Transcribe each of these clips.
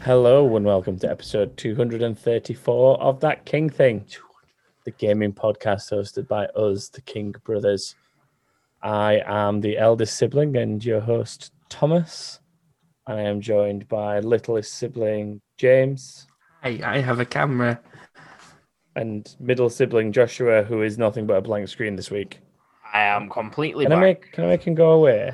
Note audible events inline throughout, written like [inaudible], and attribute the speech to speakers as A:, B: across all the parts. A: Hello and welcome to episode 234 of That King Thing, the gaming podcast hosted by us, the King Brothers. I am the eldest sibling and your host, Thomas. And I am joined by littlest sibling, James,
B: Hey, I have a camera.
A: and middle sibling, Joshua, who is nothing but a blank screen this week.
C: I am completely
A: Can I
C: blank.
A: make, can I make him go away?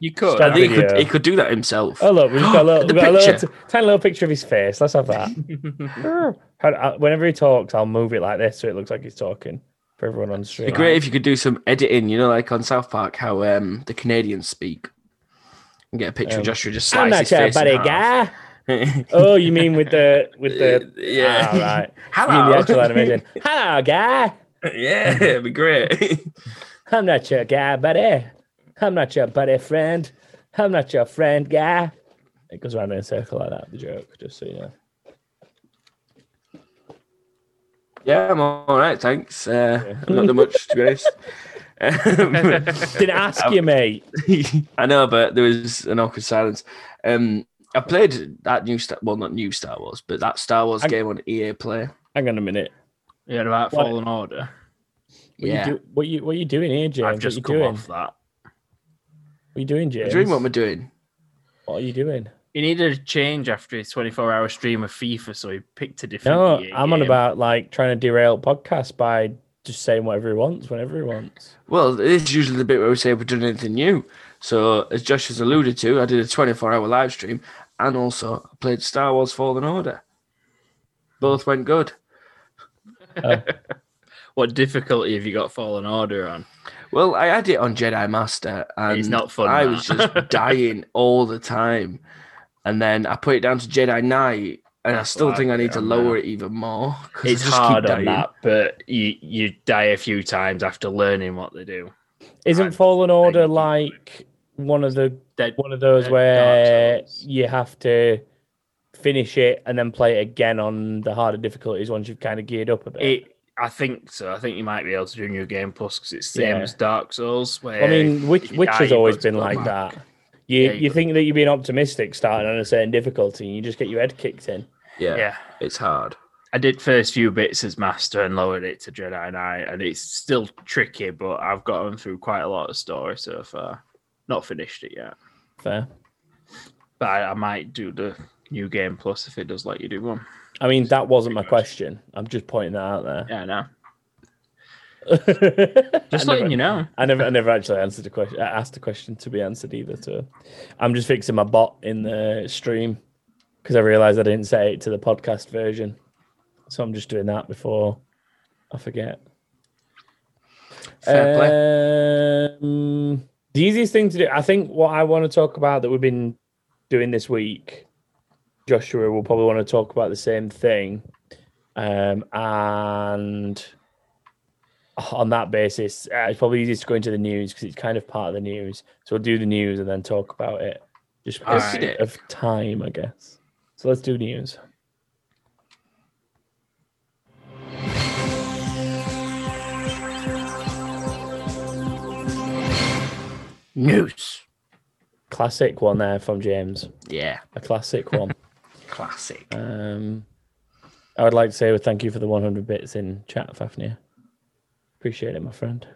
C: you could.
A: Stand-
B: I think he could,
A: video.
B: he could do that himself.
A: Oh, look, we've got
B: [gasps]
A: a little,
B: The
A: we've got a little
B: picture.
A: t- tiny little picture of his face. Let's have that.
B: [laughs]
A: How- I- Whenever he talks, I'll move it like this so it looks like he's talking for everyone on stream.
B: It'd be great if you could do some editing, you know, like on South Park, how um the Canadians speak. And get a picture
A: Um,
B: of Joshua just
A: I'm
B: slice
A: not
B: his
A: sure,
B: face in
A: buddy
B: half.
A: guy.
B: [laughs]
A: Oh, you mean with the with the
B: Yeah.
A: Ah, right. You mean the actual
B: [laughs] Hello.
A: animation? Hello, guy.
B: [laughs] yeah, it'd be great. [laughs]
A: I'm not your guy, buddy. I'm not your buddy friend. I'm not your friend, guy. It goes around in a circle like that. The joke, just so you know.
B: yeah, I'm all right, thanks. Uh, I've not done much to
A: [laughs]
B: be honest.
C: [laughs]
B: Um, [laughs]
A: Didn't ask you, mate.
B: I know, but there was an awkward silence. Um, I played that new Star, well, not new Star Wars, but that Star Wars
A: I-
B: game on EA Play.
A: Hang on a minute.
C: yeah, about
A: What-
C: Fallen Order.
A: What
B: Yeah.
A: you do, what you what you doing here, James?
C: I've just
A: what
C: come
A: you doing?
C: off that.
A: What you doing, James?
B: Dream what we're doing.
A: What are you
C: [laughs]
A: doing?
C: He needed a change after his 24 hour stream of FIFA, so he picked a different.
A: No,
C: EA
A: I'm on
C: game.
A: about like trying to derail podcasts by just saying whatever he wants whenever he wants.
B: Well, this is usually the bit where we say we've done anything new. So, as Josh has alluded to, I did a 24 hour live stream and also I played Star Wars Fallen Order. Both went good.
C: What difficulty have you got Fallen Order on?
B: Well, I had it on Jedi Master and
C: It's not fun,
B: I
C: that.
B: was
C: [laughs]
B: just dying all the time. And then I put it down to Jedi Knight and I
C: That's
B: still
C: what
B: think I
C: I've
B: need to
C: done
B: lower
C: now.
B: it even more. 'cause I
C: It's
B: just keep
C: hard on
B: dying.
C: that, but you you die a few times after learning what they do.
A: Isn't
C: I'm
A: Fallen Order
C: thinking-
A: like one of the
C: Dead-
A: one of those
C: Dead
A: where
C: Dark Souls.
A: you have to finish it and then play it again on the harder difficulties once you've kind of geared up a bit?
C: It, I think so. I think you might be able to do New Game Plus because it's the same
A: Yeah.
C: as Dark Souls. Where
A: I mean, Witch,
C: you
A: Witch
C: die,
A: has
C: you go
A: always
C: to
A: been
C: the
A: like
B: back.
A: that. You
C: Yeah, you
A: you
C: go-
A: think that you're being optimistic starting on a certain difficulty and you just get your head kicked in.
B: Yeah,
C: yeah.
B: it's hard.
C: I did first few bits as master and lowered it to Jedi Knight, and it's still tricky, but I've gotten through quite a lot of story so far. Not finished it yet,
A: Fair.
C: but I, I might do the new game plus if it does let you do one.
A: I mean, that wasn't my question. I'm just pointing that out there.
C: Yeah, I know.
A: I
C: Just
A: never-
C: letting you know.
A: I never, I never actually answered a question. I asked a question to be answered either. So, I'm just fixing my bot in the stream because I realised I didn't say it to the podcast version. So I'm just doing that before I forget.
B: Fair play.
A: Um, the easiest thing to do, I think, what I want to talk about that we've been doing this week, Joshua will probably want to talk about the same thing. Um, and on that basis, uh, it's probably easiest to go into the news because it's kind of part of the news. So we'll do the news and then talk about it just
C: All
A: because
C: right.
A: of time, I guess. So let's do news.
B: News.
A: Classic one there from James.
B: Yeah,
A: A classic one.
B: [laughs] classic.
A: Um, I would like to say well, thank you for the 100 bits in chat, Fafnir. Appreciate it, my friend.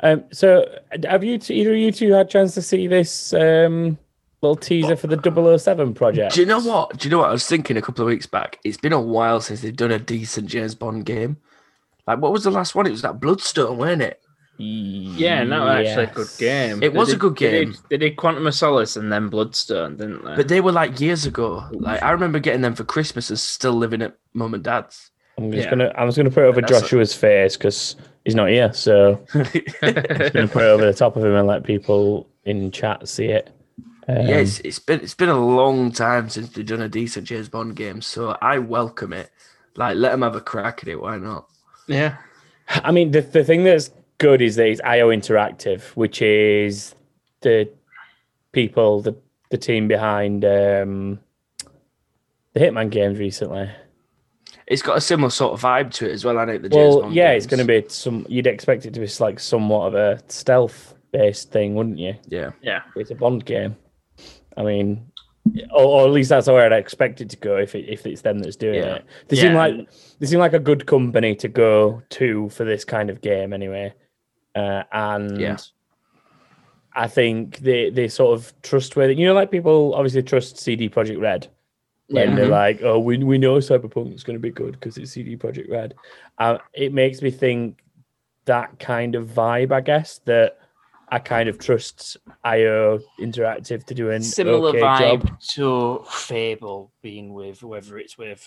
A: Um, so, uh, have you two, either of you two had a chance to see this um, little teaser for the 007 project?
B: Do you know what? Do you know what I was thinking a couple of weeks back? It's been a while since they've done a decent James Bond game. Like, what was the last one? It was that Bloodstone, wasn't it?
C: Yeah,
A: Yeah,
C: no, actually, a good game.
B: It was a
C: did-
B: good
C: They
B: game.
C: did, they did Quantum of Solace and then Bloodstone, didn't they?
B: But they were like years ago. Like, I remember getting them for Christmas and still living at mum and dad's. [laughs]
A: I'm just
C: Yeah.
A: gonna I'm just gonna put it over
B: That's a-
A: Joshua's face because he's not here, so I'm gonna put it over the top of him and let people in chat see
B: [laughs]
A: it. Um,
B: yeah, it's, it's been it's been a long time since they've done a decent James Bond game, so I welcome it. Like, let them have a crack at it. Why not?
C: yeah,
A: I mean, the, the thing that's good is that it's IO Interactive, which is the people, the, the team behind um, the Hitman games recently.
B: It's got a similar sort of vibe to it as well. I know the James
A: well,
B: Bond
A: yeah, it's
B: games.
A: going to be some, you'd expect it to be s- like somewhat of a stealth based thing, wouldn't you?
B: yeah.
C: yeah.
A: It's a Bond game. I mean, or, or at least that's where I'd expect it to go if it, if it's them that's doing
B: Yeah.
A: it. They seem
C: Yeah.
A: like they seem like a good company to go to for this kind of game anyway. Uh, and
B: Yeah.
A: I think they they sort of trust where you know like people obviously trust CD Project Red. When
C: Yeah.
A: they're like, oh, we, we know Cyberpunk's going to be good because it's CD Project Red. Uh, it makes me think that kind of vibe, I guess, that I kind of trust IO Interactive to do an
D: Similar
A: okay job.
D: vibe to Fable being with whoever it's with.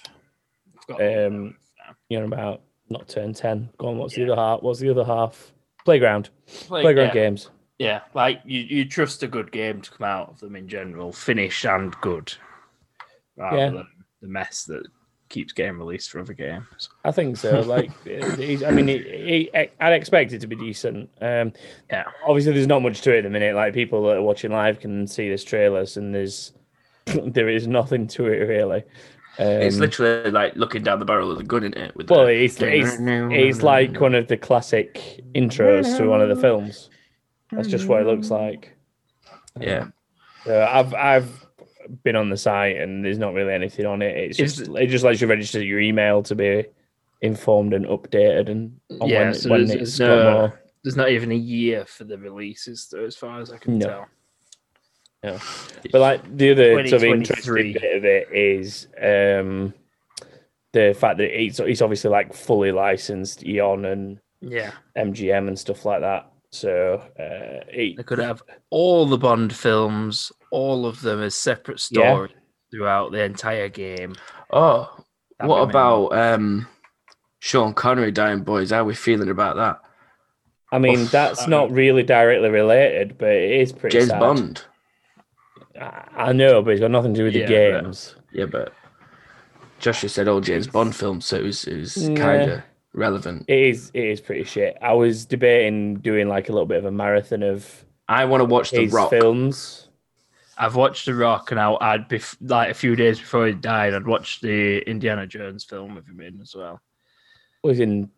D: I've got the
A: Um,
D: name now.
A: you know about not turn 10 go on what's
D: Yeah.
A: the other half what's the other half playground
D: Like,
A: playground
D: yeah,
A: games
C: Yeah, like you, you trust a good game to come out of them in general, finished and good, rather
A: Yeah.
C: than the mess that keeps getting released for other games.
A: i think so like it- it- i mean it, it, i'd expect it to be decent um
C: Yeah.
A: obviously there's not much to it at the minute like people that are watching live can see this trailers and there's [laughs] there is nothing to it really um,
B: it's literally like looking down the barrel of the gun in it. With
A: well
B: the,
A: it's, it's
C: Mm.
A: it's like one of the classic intros to one of the films that's just what it looks like
B: yeah,
A: Yeah, I've I've been on the site and there's not really anything on it. It's
C: Is
A: just it just lets you register your email to be informed and updated and on
C: Yeah,
A: when,
C: so
A: when
C: there's
A: it's
C: no-
A: got more.
C: There's not even a year for the releases, though, as far as I can
A: No.
C: tell.
A: But like the other sort of
C: 2023.
A: interesting bit of it is um the fact that it's it's obviously like fully licensed Eon and
C: Yeah,
A: MGM and stuff like that. So uh, it,
C: they could have all the Bond films, all of them as separate
A: Yeah.
C: stories throughout the entire game.
B: Oh,
C: That'd
B: what
C: be
B: about um, Sean Connery dying? Boys, how are we feeling about that?
A: I mean
B: Oof.
A: that's not really directly related, but it is pretty
B: James
A: sad.
B: Bond.
A: I, I know, but it's got nothing to do with
C: Yeah,
A: the
C: but-
A: games.
B: Yeah, but Joshua said old James Bond film, so it was, it was
A: Yeah.
B: kind of relevant.
A: It is. It is pretty shit. I was debating doing like a little bit of a marathon of
B: I want to watch The
A: his
B: Rock.
A: films.
C: I've watched The Rock, and I, I'd be like a few days before he died, I'd watched the Indiana Jones film with him in as well.
A: Was in.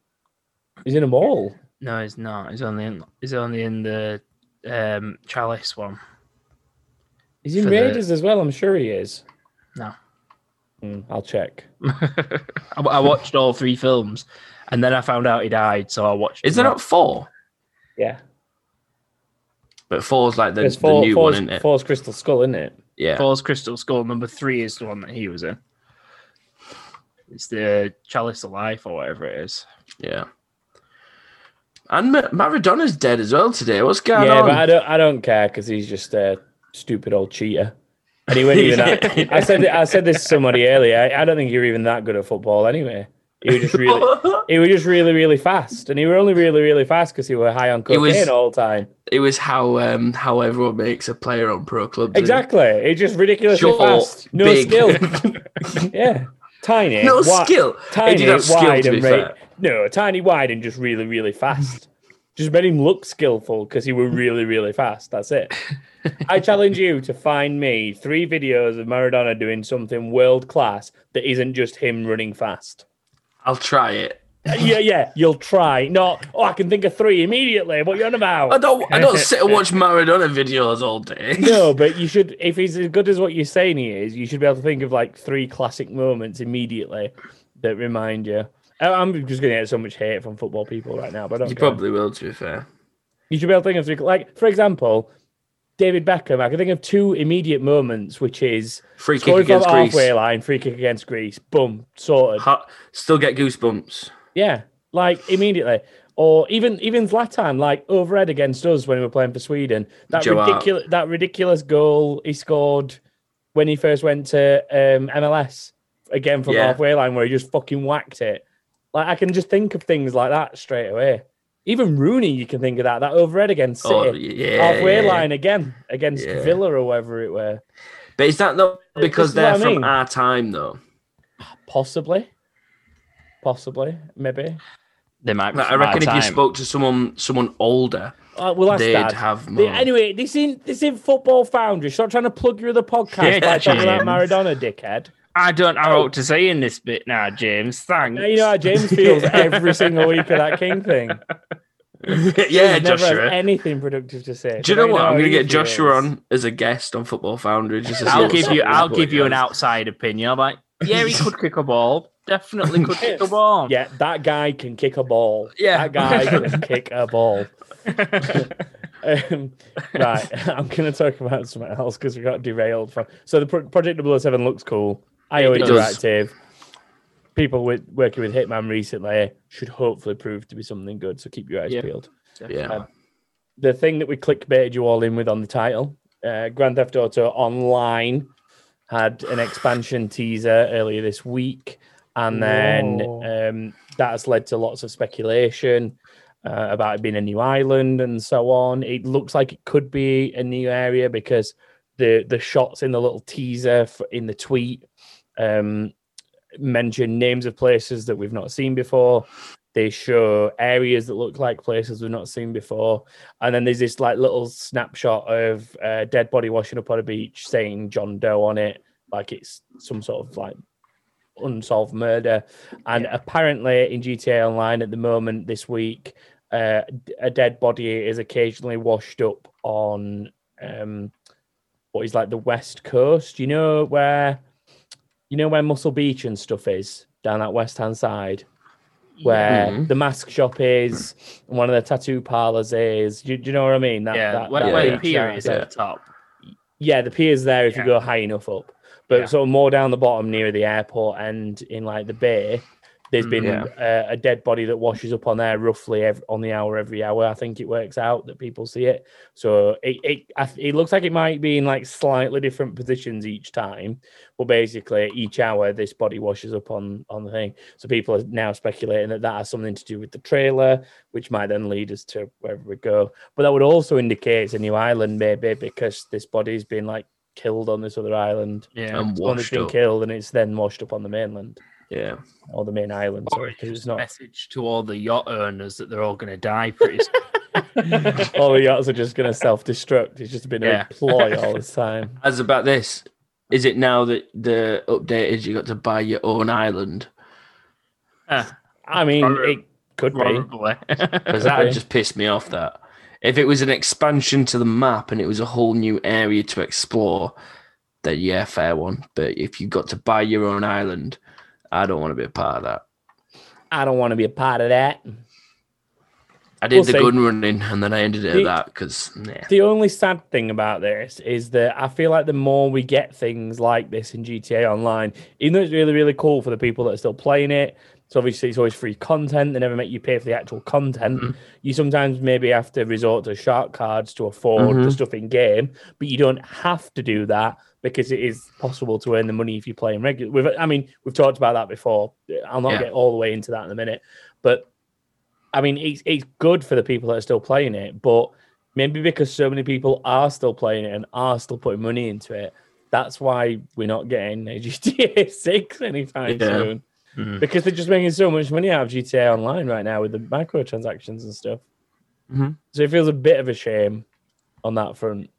A: He's in a mall.
C: No, he's not. He's only in. He's only in the um, Chalice one.
A: He's in
C: For the-
A: Raiders as well. I'm sure he is.
C: No.
A: Mm, I'll check.
C: I, I watched all three films, and then I found out he died, so I watched.
B: Is there not four?
A: Yeah.
B: But four's like the,
A: There's
B: the
A: four,
B: new one,
A: four's,
B: isn't it?
A: four's Crystal Skull, isn't it?
B: Yeah.
C: Paul's Crystal Skull number three is the one that he was in. It's the Chalice of Life or whatever it is.
B: Yeah. And Ma- Maradona's dead as well today. What's going
A: yeah,
B: on?
A: but I don't. I don't care because he's just a stupid old cheater. And he went
B: [laughs]
A: even. that- I said. I said this to somebody earlier. I, I don't think you're even that good at football anyway. You were just really. He was just really, really fast, and he were only really, really fast because he were high on
B: He
A: cocaine
B: was-
A: all the time.
B: [laughs] it was how um how everyone makes a player on pro clubs. isn't it?
A: Exactly, it's just ridiculously
B: Short,
A: fast. No
B: big. [laughs]
A: skill. yeah, tiny.
B: no
A: wi-
B: skill. They
A: Tiny,
B: did have skill
A: wide,
B: to be
A: and ra-
B: fair.
A: no, tiny, wide, and just really, really fast. just made him look skillful because he were really, really fast. That's
B: [laughs]
A: it. I challenge you to find me three videos of Maradona doing something world class that isn't just him running fast. Uh,
B: I'll try it. [laughs]
A: yeah, yeah, you'll try. Not, oh, I can think of three immediately. What you on about?
B: I don't I don't sit and watch Maradona videos all day. [laughs]
A: No, but you should. If he's as good as what you're saying he is, you should be able to think of like three classic moments immediately that remind you. I- I'm just going to get so much hate from football people right now, but I don't
B: You
A: care.
B: probably will to be fair.
A: you should be able to think of three. Like for example, David Beckham. I can think of two immediate moments, which is
B: Free kick
A: scoring from
B: against
A: the
B: Greece.
A: halfway line, free kick against Greece. Boom, sorted.
B: Ha- still get goosebumps.
A: Yeah, like immediately. Or even even Zlatan, like overhead against us when we were playing for Sweden. That
B: Joe Hart.
A: ridiculous that ridiculous goal he scored when he first went to um, MLS again from
B: Yeah.
A: halfway line where he just fucking whacked it. Like I can just think of things like that straight away. Even Rooney, you can think of that that overhead against City.
B: Oh, yeah,
A: halfway
B: yeah.
A: line again against
B: Yeah.
A: Villa or wherever it were.
B: But is that not
A: This
B: because
A: is what
B: they're
A: I mean.
B: from our time though?
A: Possibly. Possibly, maybe.
D: They might be
B: Like, I
D: from our
B: reckon if you
D: time.
B: spoke to someone someone older,
A: Uh, well, that's
B: they'd
A: dad.
B: have
A: The-
B: more.
A: anyway, this in this in football foundry. Stop trying to plug your other podcast by talking
B: [laughs]
A: about
C: James.
A: Maradona, dickhead.
C: I don't know
B: Oh.
C: what to say in this bit now, James. Thanks.
B: [laughs]
A: Now you know how James feels every single week of that King thing.
B: [laughs] yeah,
A: He never has
B: Joshua.
A: anything productive to say.
B: Do you
A: But
B: know
A: I
B: what? I'm
A: how
B: going to
A: easy
B: get
A: it
B: Joshua
A: is.
B: on as a guest on Football Foundry. Just to see
C: I'll
B: what's
C: give
B: up
C: you.
B: with his
C: I'll give you an
B: podcast.
C: outside opinion. I'm like, yeah, he could kick a ball. Definitely could
B: [laughs]
C: kick a ball.
A: Yeah, that guy can kick a ball.
B: Yeah.
A: that guy
B: [laughs]
A: can kick a ball. Um, right, I'm going to talk about something else because we got derailed from. So the pro- Project 007 looks cool. IO
B: It does.
A: Interactive. People with working with Hitman recently should hopefully prove to be something good. So keep your eyes
C: Yeah.
A: peeled.
B: Yeah.
A: The thing that we clickbaited you all in with on the title, uh, Grand Theft Auto Online had an expansion teaser earlier this week, and then
C: Whoa.
A: um, that has led to lots of speculation uh, about it being a new island and so on. It looks like it could be a new area because the the shots in the little teaser f in the tweet um, mention names of places that we've not seen before. They show areas that look like places we've not seen before, and then there's this like little snapshot of uh, dead body washing up on a beach, saying John Doe on it, like it's some sort of like unsolved murder. And apparently, in GTA Online at the moment this week, uh, d- a dead body is occasionally washed up on um, what is like the west coast. You know where, you know where Muscle Beach and stuff is down that west hand side, where
B: Mhm.
C: Mm-hmm.
A: the mask shop is, and one of the tattoo parlors is. You, do you know what I mean? That,
C: yeah.
A: that-
C: where
A: that
C: where
B: yeah.
C: the
A: beach
C: pier
A: side.
C: is
B: yeah.
C: at the top.
A: Yeah, the pier's there if you
C: Yeah.
A: go high enough up, but
C: Yeah.
A: sort of more down the bottom near the airport and in like the bay, there's
C: Mm,
A: been
B: yeah.
A: uh, a dead body that washes up on there roughly ev on the hour every hour. I think it works out that people see it, so it it I th- it looks like it might be in like slightly different positions each time, but basically each hour this body washes up on on the thing. So people are now speculating that that has something to do with the trailer, which might then lead us to wherever we go. But that would also indicate it's a new island, maybe, because this body's been like killed on this other island.
C: Yeah.
B: And
A: One has
B: washed
A: been
B: up.
A: killed and it's then washed up on the mainland
B: Yeah.
A: or the main island.
C: Or
A: Sorry,
C: it's
A: because it's
C: just [laughs]
A: not.
C: message to all the yacht owners that they're all going to die pretty
A: [laughs]
C: soon.
A: All the yachts are just going to self destruct. It's just been
C: Yeah.
A: a ploy all this time.
B: As about this, is it now that the update is you got to buy your own island?
A: I mean,
C: Horrible.
A: it could be.
C: Probably.
A: [laughs]
B: Because that
A: Okay.
B: just pissed me off. That if it was an expansion to the map and it was a whole new area to explore, then yeah, fair one. But if you got to buy your own island, I don't want to be a part of that.
A: I don't want to be a part of that.
B: I did
A: We'll
B: the
A: see.
B: gun running and then I ended it
A: The-
B: at that because yeah.
A: The only sad thing about this is that I feel like the more we get things like this in GTA Online, even though it's really, really cool for the people that are still playing it, so obviously it's always free content. They never make you pay for the actual content. You sometimes maybe have to resort to shark cards to afford the
B: Mhm.
A: stuff in game, but you don't have to do that because it is possible to earn the money if you're playing regular. We've, I mean, we've talked about that before. I'll not
B: Yeah.
A: get all the way into that in a minute, but I mean, it's it's good for the people that are still playing it, but maybe because so many people are still playing it and are still putting money into it, that's why we're not getting a [laughs] GTA Six anytime
B: Yeah.
A: soon
C: Mm.
A: because they're just making so much money out of GTA Online right now with the microtransactions and stuff.
B: Mhm.
A: So it feels a bit of a shame on that front.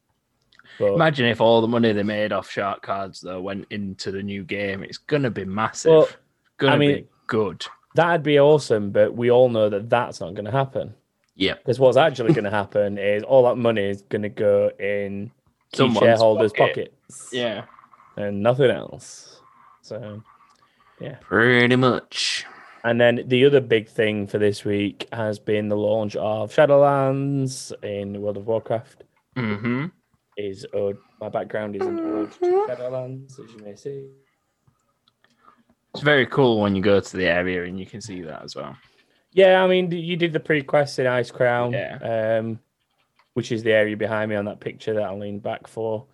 A: But
C: Imagine if all the money they made off shark cards though went into the new game. It's gonna be massive.
A: Well,
C: gonna
A: I mean-
C: be good.
A: that'd be awesome, but we all know that that's not going to happen.
B: Yeah.
A: Because what's actually going to happen is all that money is going to go in key
B: Someone's
A: shareholders'
C: pocket.
A: pockets
C: Yeah.
A: and nothing else. So,
B: Pretty much.
A: and then the other big thing for this week has been the launch of Shadowlands in World of Warcraft.
C: Mm-hmm.
A: is old. My background is in old Shadowlands, as you may see.
C: It's very cool when you go to the area and you can see that as well.
A: Yeah, I mean, you did the pre-quest in Ice Crown,
C: Yeah.
A: um, which is the area behind me on that picture that I leaned back for.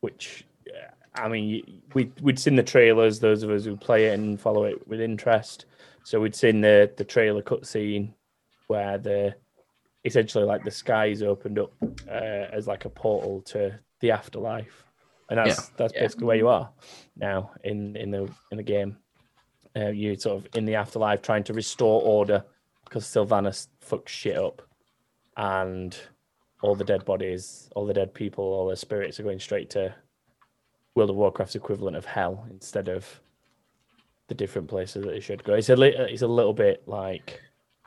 A: Which, yeah, I mean, y- we we'd seen the trailers. Those of us who play it and follow it with interest, so we'd seen the the trailer cutscene where the essentially like the sky is opened up uh, as like a portal to the afterlife, and that's that's
C: Yeah.
A: basically where you are now in in the in the game. Uh, you sort of in the afterlife trying to restore order because Sylvanas fucked shit up, and all the dead bodies, all the dead people, all their spirits are going straight to World of Warcraft's equivalent of hell uh, instead of the different places that it should go. It's a li- it's a little bit like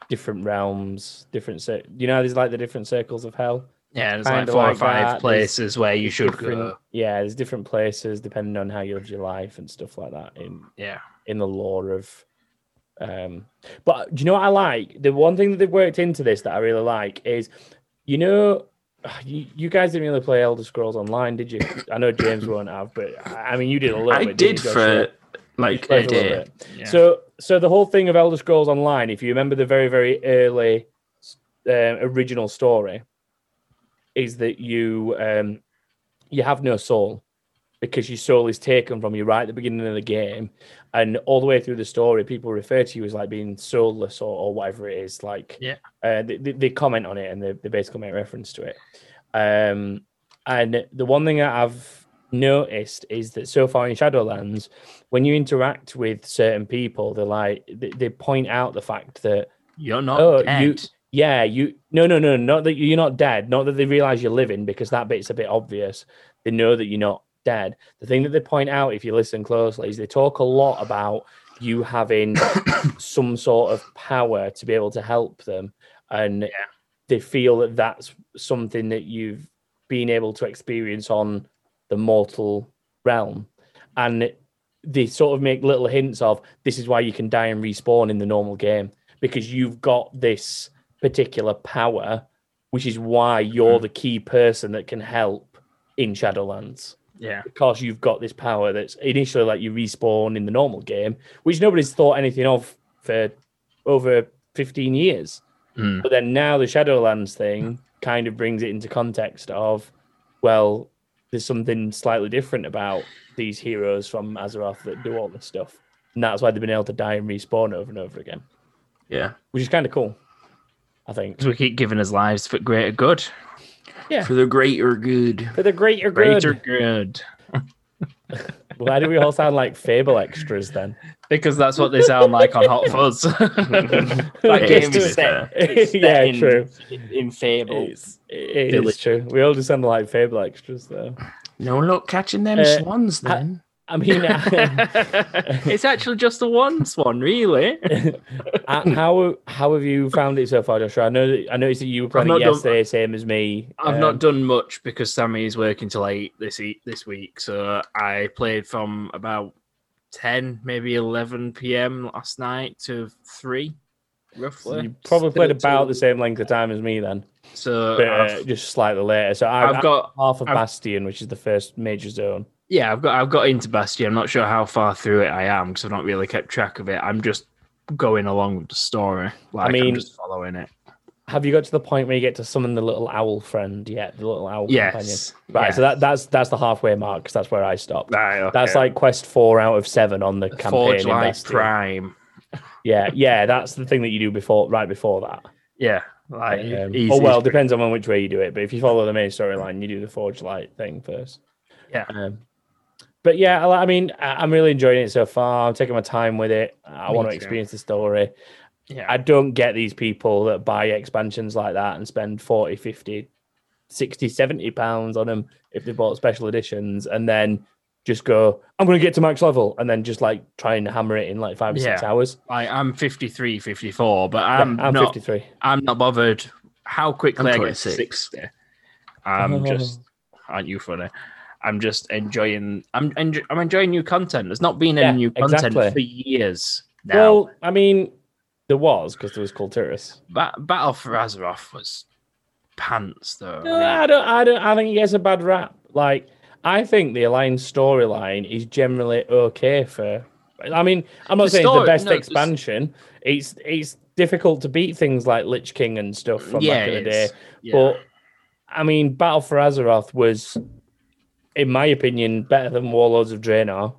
A: different realms, different. Cir- you know, there's like the different circles of hell.
C: Yeah, there's
A: Kinda
C: like four
A: like
C: or five
A: that. There's-
C: places where you should uh,
A: different-
C: go.
A: Yeah, there's different places depending on how you live your life and stuff like that in
C: Yeah.
A: in the lore of. Um, but do you know what I like? The one thing that they've worked into this that I really like is, you know, [sighs] you, you guys didn't really play Elder Scrolls Online, did you? I know James won't have, but I I mean, you did a little
B: I
A: bit. didn't
B: did
A: you, Joshua?
B: for like
A: Played a
B: a
A: little
B: day.
A: bit.
C: yeah.
A: So, so the whole thing of Elder Scrolls Online, if you remember the very, very early um, original story, is that you um, you have no soul because your soul is taken from you right at the beginning of the game, and all the way through the story, people refer to you as like being soulless or, or whatever it is. Like,
C: Yeah.
A: uh, they, they- they comment on it and they, they basically make reference to it. Um, and the one thing that I've noticed is that so far in Shadowlands, when you interact with certain people, they're like they, they point out the fact that
C: you're not
A: Oh, you-
C: dead.
A: yeah, you no no no not that you're not dead, not that they realize you're living because that bit's a bit obvious. They know that you're not dead. The thing that they point out if you listen closely is they talk a lot about you having some sort of power to be able to help them and they feel that that's something that you've been able to experience on the mortal realm and they sort of make little hints of this is why you can die and respawn in the normal game because you've got this particular power which is why you're the key person that can help in shadowlands
C: yeah.
A: because you've got this power that's initially like you respawn in the normal game, which nobody's thought anything of for over 15 years.
C: Mm.
A: But then now the Shadowlands thing kind of brings it into context of, well, there's something slightly different about these heroes from Azeroth that do all this stuff. And that's why they've been able to die and respawn over and over again,
B: Yeah.
A: which is kind of cool, I think.
C: 'Cause we keep giving us lives for greater good.
A: Yeah.
B: For the greater good.
A: For the greater good.
C: Greater good.
A: Why do we all sound like Fable extras
C: [laughs]
A: then?
C: Because that's what they sound like on
A: [laughs]
C: Hot Fuzz. [laughs]
B: That
A: It's
B: game is
A: just-
B: fair.
D: It's
A: [laughs] yeah,
D: set in-
A: true.
D: In, in Fable.
A: It's, it
C: Billy.
A: is true. We all just sound like fable extras, though.
B: No luck catching them
A: Uh,
B: swans
A: I-
B: then.
A: I mean, [laughs] uh,
C: it's actually just the one swan, really.
A: uh, how how have you found it so far, Joshua? I know that, I noticed that you were playing
C: not
A: it
C: done-
A: yesterday, same as me.
C: I've
A: Um,
C: not done much because Sammy is working till eight this e- this week. So I played from about ten, maybe eleven p.m. last night to three,
A: so
C: roughly.
A: You probably played
C: Still
A: about
C: two.
A: the same length of time as me then,
C: So
A: but uh,
C: I've,
A: just slightly later. So I,
C: I've
A: have got
C: got
A: half of
C: I've-
A: Bastion, which is the first major zone.
C: yeah, I've got I've got into Bastia. I'm not sure how far through it I am because I've not really kept track of it. I'm just going along with the story. Like I
A: mean-
C: am just following it.
A: Have you got to the point where you get to summon the little owl friend yet? The little owl companion.
C: Yes.
A: Right.
C: yeah.
A: So that that's that's the halfway mark because that's where I stopped.
C: Right,
A: That's
C: okay.
A: like quest four out of seven on the campaign.
C: Forge
A: in
C: Light
A: Bastion.
C: Prime.
A: Yeah, yeah, that's the thing that you do before, right before that.
C: Yeah. Like
A: Um,
C: easy
A: oh
C: as
A: well,
C: breathing.
A: depends on which way you do it. But if you follow the main storyline, you do the Forge Light thing first.
C: Yeah.
A: Um, but yeah, I I mean, I- I'm really enjoying it so far. I'm taking my time with it. I
C: Me
A: want to
C: too.
A: experience the story.
C: Yeah.
A: I don't get these people that buy expansions like that and spend 40, 50, 60, 70 pounds on them if they bought special editions and then just go, I'm going to get to max level and then just like try and hammer it in like five or six
C: Yeah.
A: hours.
C: Like I'm 53, 54, but
A: Yeah,
C: I'm,
A: I'm
C: not.
A: 53.
C: I'm not bothered how quickly
B: I'm
C: I get to
B: 26.
C: sixty. I'm
A: [laughs] Oh.
C: just. Aren't you funny? I'm just enjoying. I'm enjoy, I'm enjoying new content. There's not been
A: Yeah,
C: any new content
A: exactly.
C: for years now.
A: Well, I mean, there was because there was Culturus.
C: Ba- Battle for Azeroth was pants though.
A: No, I don't. I don't. I think it gets a bad rap. Like, I think the Alliance storyline is generally okay for. I mean, I'm not
C: The
A: saying
C: story-
A: it's the best
C: no, the s-
A: expansion. It's it's difficult to beat things like Lich King and stuff from back in the
C: it
A: day.
C: is. Yeah.
A: But I mean, Battle for Azeroth was, in my opinion, better than Warlords of Draenor,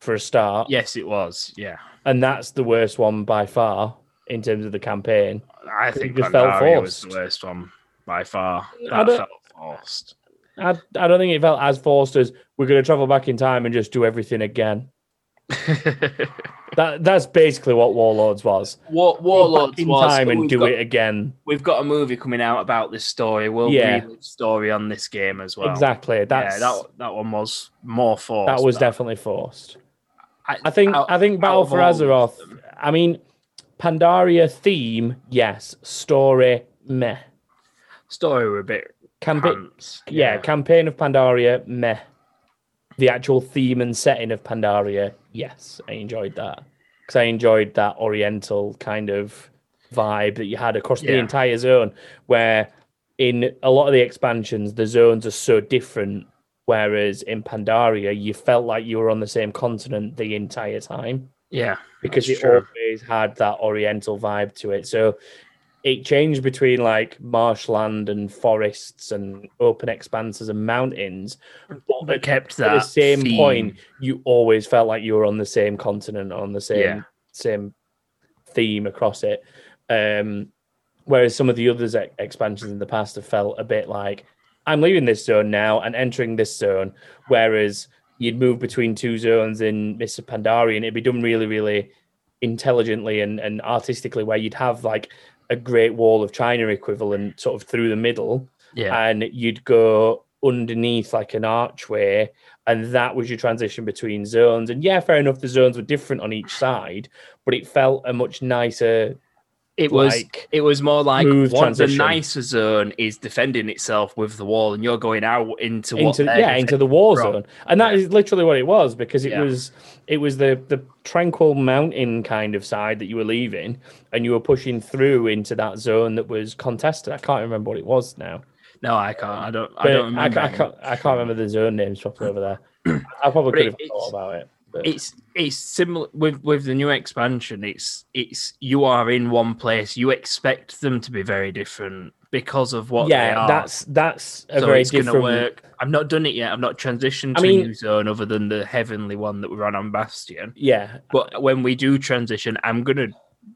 A: for a start.
C: yes, it was. Yeah,
A: and that's the worst one by far in terms of the campaign.
C: I think
A: just felt
C: Pandaria was the
A: forced.
C: worst one by far.
A: I
C: That
A: don't-
C: felt forced.
A: I, I don't think it felt as forced as we're going to travel back in time and just do everything again. That that's basically what Warlords was.
B: What
A: Go back in time and
C: we've
A: do
C: got-
A: it again.
C: we've got a movie coming out about this story. We'll
A: Yeah.
C: read the story on this game as well.
A: exactly. That's
C: yeah, that that one was more forced.
A: that was
C: but
A: definitely forced. I think
C: out-
A: I think
C: out
A: Battle
C: of
A: for
C: all of
A: Azeroth.
C: them.
A: I mean, Pandaria theme, yes. Story, meh.
C: Story were a bit
A: Campa-
C: pants.
A: yeah. campaign of Pandaria, meh. The actual theme and setting of Pandaria, yes. I enjoyed that. Because I enjoyed that oriental kind of vibe that you had across the
C: Yeah.
A: entire zone, where in a lot of the expansions, the zones are so different. Whereas in Pandaria, you felt like you were on the same continent the entire time
C: yeah,
A: because
C: That's
A: it
C: true.
A: always had that oriental vibe to it. So it changed between like marshland and forests and open expanses and mountains. But
C: but
A: at
C: kept that
A: the same
C: theme.
A: point, you always felt like you were on the same continent, on the same
C: Yeah.
A: same theme across it. Um, whereas some of the others ex- expansions in the past have felt a bit like I'm leaving this zone now and entering this zone, whereas you'd move between two zones in Mr. Pandaria and it'd be done really, really intelligently and, and artistically, where you'd have like a Great Wall of China equivalent sort of through the middle
C: Yeah,
A: and you'd go underneath like an archway, and that was your transition between zones. And yeah, fair enough, the zones were different on each side, but it felt a much nicer.
C: it was
A: like,
C: it was more like
A: smooth
C: one of the
A: transition.
C: nicer zone is defending itself with the wall, and you're going out into what?
A: into
C: they're
A: yeah into
C: defending.
A: the war
C: from.
A: zone, and that is literally what it was because it
C: Yeah.
A: was it was the the tranquil mountain kind of side that you were leaving, and you were pushing through into that zone that was contested. I can't remember what it was now.
C: No, I can't. I don't. I
A: But
C: don't
A: I,
C: remember.
A: ca- I can't I can't remember the zone names properly over
C: [clears throat]
A: there. I probably
C: But
A: could
C: it-
A: have thought
C: it's-
A: about it. But.
C: it's it's similar with with the new expansion it's it's you are in one place you expect them to be very different because of what they
A: yeah,
C: are
A: that's that's a
C: so
A: very
C: it's
A: different.
C: gonna work i've not done it yet i've not transitioned
A: I
C: to
A: mean-
C: a new zone other than the heavenly one that we ran on bastion
A: Yeah,
C: but when we do transition i'm gonna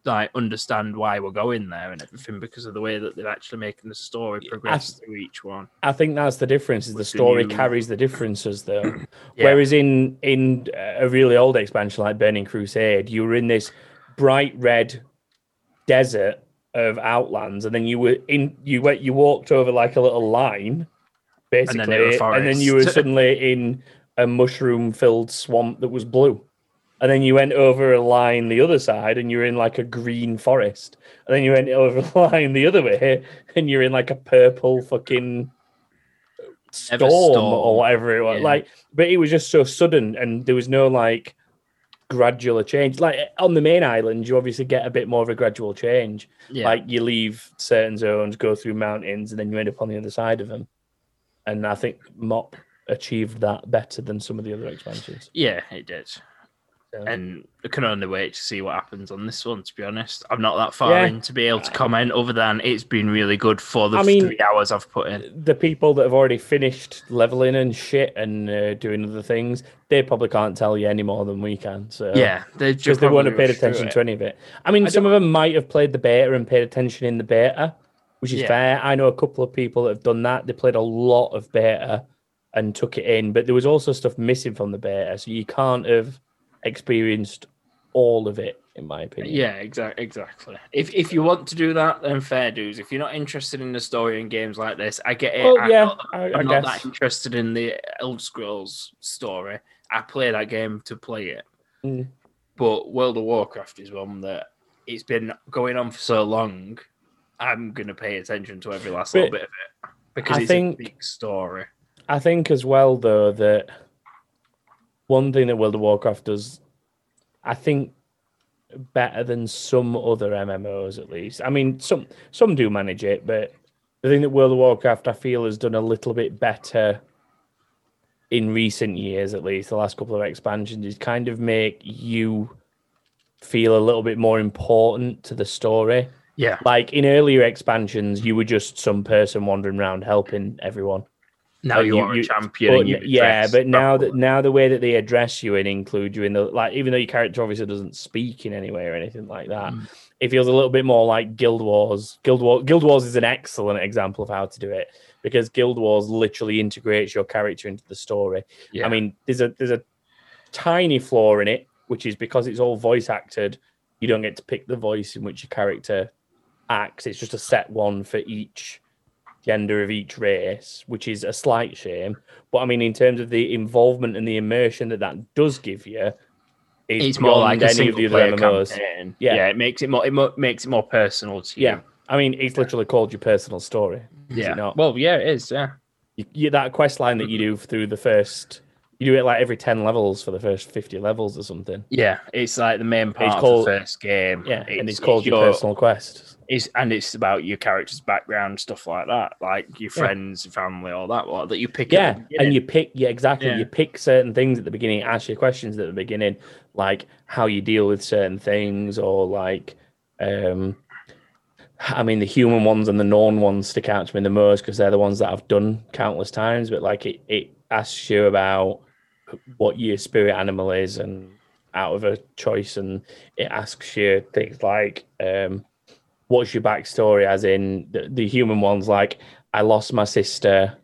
C: like understand why we're going there and everything because of the way that they're actually making the story progress through each one
A: I think that's the difference. Is the
C: With the
A: story
C: new-
A: carries the differences though.
C: [clears throat] Yeah.
A: Whereas in in a really old expansion like Burning Crusade, you were in this bright red desert of outlands, and then you were in you went you walked over like a little line,
C: then
A: basically, and
C: it were
A: then, you were
C: forest. [laughs]
A: suddenly in a mushroom filled swamp that was blue. And then you went over a line the other side and you're in like a green forest. And then you went over [laughs] a line the other way and you're in like a purple fucking storm,
C: Never storm.
A: or whatever it was.
C: Yeah.
A: Like, but it was just so sudden and there was no like gradual change. Like on the main island, you obviously get a bit more of a gradual change.
C: yeah
A: Like you leave certain zones, go through mountains, and then you end up on the other side of them. And I think Mop achieved that better than some of the other expansions.
C: yeah it did
A: So-
C: and I can only wait to see what happens on this one. To be honest, I'm not that far
A: Yeah.
C: in to be able to comment, other than it's been really good for the
A: I mean-
C: three hours I've put in.
A: the people that have already finished leveling and shit and uh, doing other things, they probably can't tell you any more than we can. So
C: Yeah, they
A: because
C: just
A: they won't have paid attention to any of it. I mean,
C: I
A: some of them might have played the beta and paid attention in the beta, which is
C: Yeah.
A: fair. I know a couple of people that have done that. They played a lot of beta and took it in, but there was also stuff missing from the beta, so you can't have experienced all of it, in my opinion.
C: Yeah, exactly. Exactly. If if you want to do that, then fair dues. If you're not interested in the story and games like this, I get it.
A: Well,
C: I'm
A: yeah,
C: not-
A: I, I
C: I'm
A: guess.
C: not that interested in the Elder Scrolls story. I play that game to play it.
A: Mm.
C: But World of Warcraft is one that it's been going on for so long. I'm gonna pay attention to every last
A: But
C: little bit of it because
A: I
C: it's
A: think-
C: a big story.
A: I think as well though that one thing that World of Warcraft does, I think better than some other MMOs at least. I mean, some some do manage it, but the thing that World of Warcraft I feel has done a little bit better in recent years, at least the last couple of expansions, is kind of make you feel a little bit more important to the story.
C: Yeah.
A: Like in earlier expansions, you were just some person wandering around helping everyone.
C: Now
A: But
C: you,
A: you-
C: are
A: you-
C: a champion. and
A: But
C: you
A: n- yeah,
C: address
A: but now that
C: properly.
A: now the way that they address you and include you in the like, even though your character obviously doesn't speak in any way or anything like that,
C: Mm.
A: it feels a little bit more like Guild Wars. Guild War Guild Wars is an excellent example of how to do it because Guild Wars literally integrates your character into the story.
C: Yeah.
A: I mean, there's a there's a tiny flaw in it, which is because it's all voice acted, you don't get to pick the voice in which your character acts. It's just a set one for each gender of each race, which is a slight shame. But I mean, in terms of the involvement and the immersion that that does give you, It's,
C: It's more like a
A: beyond any of
C: single
A: the
C: player
A: other MMOs.
C: campaign.
A: Yeah.
C: Yeah. it makes it more it mo- makes it more personal to you.
A: Yeah, I mean, it's literally called your personal story. Is
C: yeah.
A: it not?
C: Well, yeah, it is. Yeah,
A: You, you, that quest line that you
C: Mm-hmm.
A: do through the first, you do it like every ten levels for the first fifty levels or something.
C: yeah. It's like the main part
A: called-
C: of the first game.
A: Yeah, and it's called your personal quest.
C: It's, and it's about your character's background, stuff like that, like your
A: Yeah.
C: friends, your family, all that. What that you pick. at
A: Yeah,
C: the
A: and
C: beginning.
A: you pick yeah exactly.
C: Yeah.
A: You pick certain things at the beginning, ask your questions at the beginning, like how you deal with certain things, or like, um, I mean, the human ones and the non ones stick out to me the most because they're the ones that I've done countless times. But like, it it asks you about what your spirit animal is and out of a choice, and it asks you things like, um, what's your backstory? As in the, the human ones, like I lost my sister.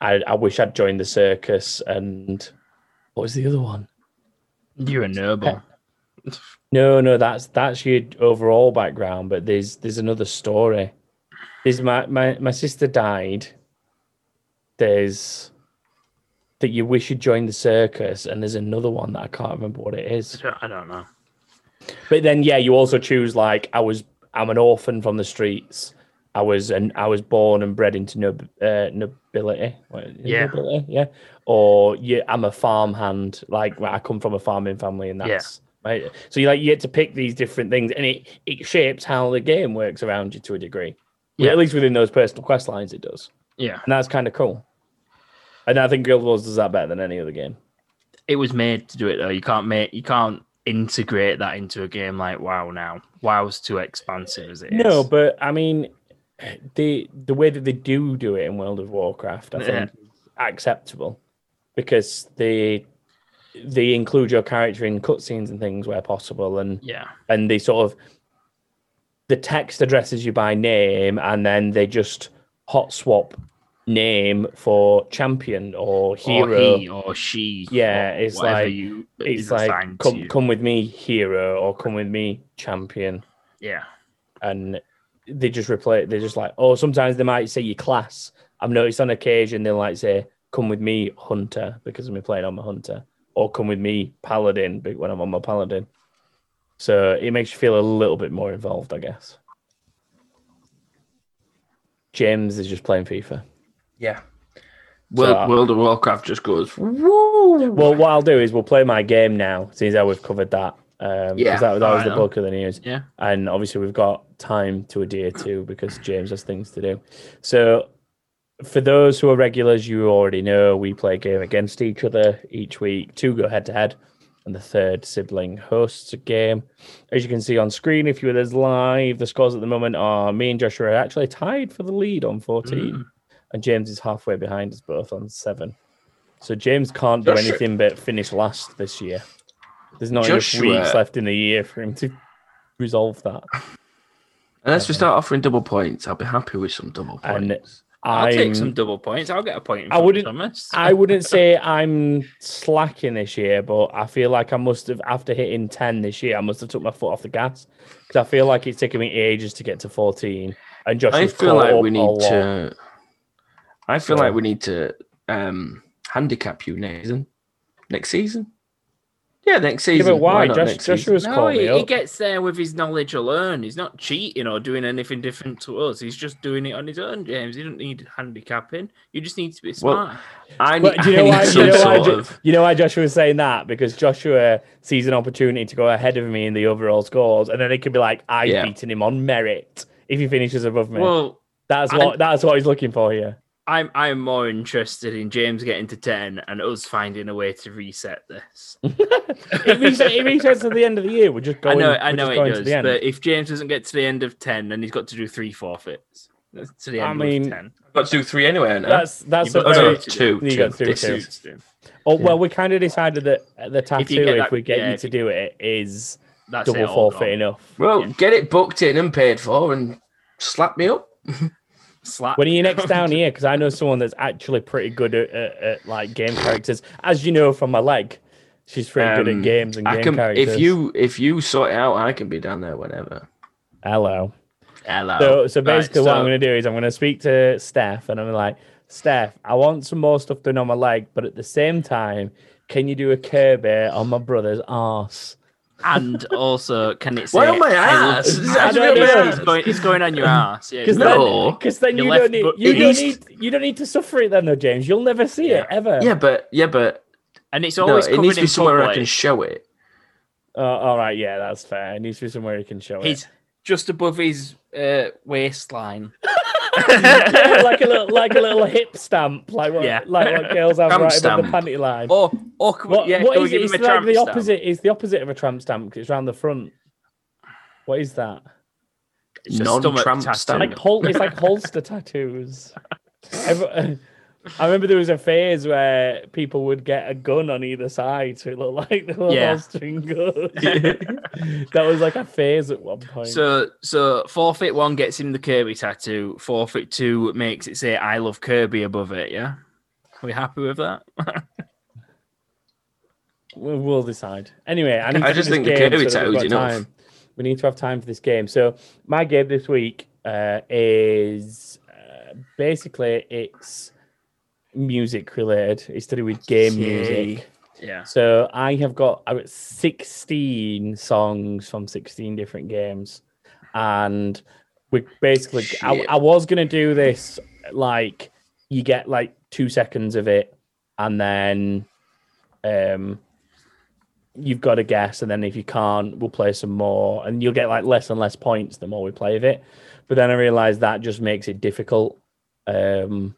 A: I, I wish I'd joined the circus and what was the other one?
C: you're a noble.
A: No, no, that's that's your overall background, but there's there's another story. There's my my, my sister died. There's that you wish you'd joined the circus, and there's another one that I can't remember what it is.
C: I don't know.
A: But then yeah, you also choose like I was I'm an orphan from the streets. I was and I was born and bred into nob- uh, nobility. What is it?
C: Yeah.
A: nobility? yeah. Or yeah, I'm a farmhand. Like well, I come from a farming family, and
C: Yeah.
A: that's right. So you like you get to pick these different things, and it it shapes how the game works around you to a degree. Yeah.
C: Yeah.
A: At least within those personal quest lines, it does,
C: Yeah,
A: and that's kind of cool. And I think Guild Wars does that better than any other game.
C: it was made to do it though. You can't make you can't integrate that into a game like WoW now. WoW's too expansive as it is.
A: No, but I mean, the the way that they do do it in World of Warcraft, I
C: Yeah.
A: think, is acceptable because they they include your character in cutscenes and things where possible, and
C: yeah,
A: and they sort of the text addresses you by name, and then they just hot swap name for champion or hero.
C: or he or she.
A: Yeah,
C: or
A: it's
C: whatever
A: like-
C: you
A: It's
C: is
A: like
C: assigned to
A: come
C: you.
A: come with me, hero, or come with me, champion.
C: yeah,
A: and they just replay they're just like oh sometimes they might say your class i've noticed on occasion they'll like say come with me hunter because i'm playing on my hunter or come with me paladin be- when i'm on my paladin so it makes you feel a little bit more involved i guess james is just playing fifa
B: Yeah. World,
A: So- uh,
B: World of Warcraft just goes.
A: well what i'll do is we'll play my game now since how we've covered that um 'cause
B: Yeah,
A: that, that was
B: alright
A: the
B: then.
A: bulk of the news
C: yeah.
A: and obviously we've got time to adhere to because James has things to do. So for those who are regulars, you already know we play a game against each other each week. Two go head to head, and the third sibling hosts a game. As you can see on screen, if you were this live, the scores at the moment are me and Joshua are actually tied for the lead on 14,
C: Mm.
A: and James is halfway behind us both on seven. So James can't do
B: Joshua-
A: anything but finish last this year. There's not
B: Joshua-
A: enough weeks left in the year for him to resolve that.
B: Unless we start offering double points, I'll be happy with some double
A: uh, And
B: points.
C: I'll
A: I'm-
C: take some double points. I'll get a point. In
A: I
C: front of
A: wouldn't-
C: Thomas.
A: I wouldn't say I'm slacking this year, but I feel like I must have after hitting ten this year, I must have took my foot off the gas because I feel like it's taken me ages to get to fourteen. And Josh,
B: I
A: has
B: feel
A: caught
B: like
A: up
B: we
A: a
B: need
A: lot.
B: [laughs] to. I feel
A: So-
B: like we need to um, handicap you, Nathan. Next season. Yeah, next
A: Yeah,
B: season.
A: but why?
B: not
A: Josh,
B: next
A: Joshua
B: season?
A: was
C: No,
A: calling me
C: he,
A: up.
C: he gets there with his knowledge alone. He's not cheating or doing anything different to us. He's just doing it on his own, James. You don't need handicapping. You just need to be
B: Well,
C: smart.
B: I need,
A: But do you know
B: [laughs] I
A: why?
B: need
A: You know
B: some
A: why,
B: sort
A: Jo-
B: of.
A: you know why Joshua was saying that because Joshua sees an opportunity to go ahead of me in the overall scores, and then it could be like I've
B: Yeah.
A: beaten him on merit if he finishes above me.
C: well,
A: that's what that's what he's looking for
B: [laughs]
A: here.
C: I'm I'm more interested in James getting to ten and us finding a way to reset this.
A: If he says, if he says to the end of the year, we're just going.
C: I know,
A: we're
C: I know
A: just
C: it
A: going to
C: does.
A: the end.
C: But if James doesn't get to the end of ten, then he's got to do three forfeits. That's to the
A: I
C: end
A: mean,
C: of ten.
B: I've got to do three anyway. No?
A: That's that's
C: You
A: a
C: got
B: oh,
A: very-
B: no,
C: two.
B: two.
A: You
B: two.
A: got two,
B: This
A: two.
B: is-
A: Oh well, we kind of decided that at the tattoo, if,
C: If you get that-
A: we get
C: yeah,
A: you
C: if
A: to
C: you-
A: do it, is
C: That's it,
A: double
C: all
A: forfeit
C: gone.
A: enough.
B: Well,
C: Yeah.
B: get it booked in and paid for, and slap me up.
C: Slap.
A: When are you next down here? Because I know someone that's actually pretty good at, at, at, like game characters, as you know from my leg. She's pretty good at
B: Um,
A: games and
B: I
A: game
B: can.
A: characters.
B: If you if you sort it out, I can be down there whenever.
A: hello,
C: Hello.
A: so so
C: Right,
A: basically, what
C: so-
A: I'm going to do is I'm going to speak to Steph, and I'm like, Steph, I want some more stuff done on my leg, but at the same time, can you do a Kirby on my brother's arse?
C: And also, can
A: [laughs]
C: it say?
B: Why on my
C: I love-
B: ass? It's
A: I
B: actually
A: don't
B: on my
A: know.
B: ass.
C: It's going, it's going on your
A: [laughs]
C: ass. Yeah,
A: Because
C: it's not-
B: No.
A: then, because then
C: Your
A: you
C: left
A: don't need
C: foot-
A: you don't
B: East-
A: need you don't need to suffer it then, though, James. You'll never see it ever.
B: Yeah, but yeah, but
C: and it's
B: no,
C: always
B: it
C: covered
B: needs to
C: in
B: be somewhere I
C: public.
B: can show it.
A: Oh, all right. Yeah, that's fair. It needs to be somewhere you can show it.
D: He's just above his uh, waistline.
A: [laughs] Yeah, like a little, like a little hip stamp, like what,
C: Yeah.
A: like what girls have
B: Tramp
A: right above
B: stamp.
A: the panty line.
C: Or, or can we-
A: Oh, What,
C: oh, yeah,
A: what
C: can we
A: is it?
C: give
A: It's
C: him a
A: like
C: tramp
A: the
C: stamp?
A: opposite. It's the opposite of a tramp stamp. 'cause it's round the front. What is that?
C: It's a stomach
B: Non-tramp
C: tattoo.
B: stamp.
A: Like hol- It's like holster tattoos. Every- [laughs] I remember there was a phase where people would get a gun on either side, so it looked like they were
C: Yeah.
A: holstering guns. [laughs] that was like a phase at one point.
C: So, so four foot one gets him the Kirby tattoo. Four foot two makes it say "I love Kirby" above it. Yeah, are we happy with that?
A: We- We'll decide. Anyway, I, need
B: I
A: to
B: just
A: finish
B: think the
A: game
B: Kirby
A: that
B: tattoo's
A: we've got
B: enough.
A: Time. We need to have time for this game. So my game this week uh, is uh, basically it's music related. It's to do with game music.
C: Yeah.
A: So I have got I got 16 songs from 16 different games. And we basically I,
B: Shit.
A: I was gonna do this like you get like two seconds of it and then um you've got to guess and then if you can't we'll play some more and you'll get like less and less points the more we play of it but then i realized that just makes it difficult um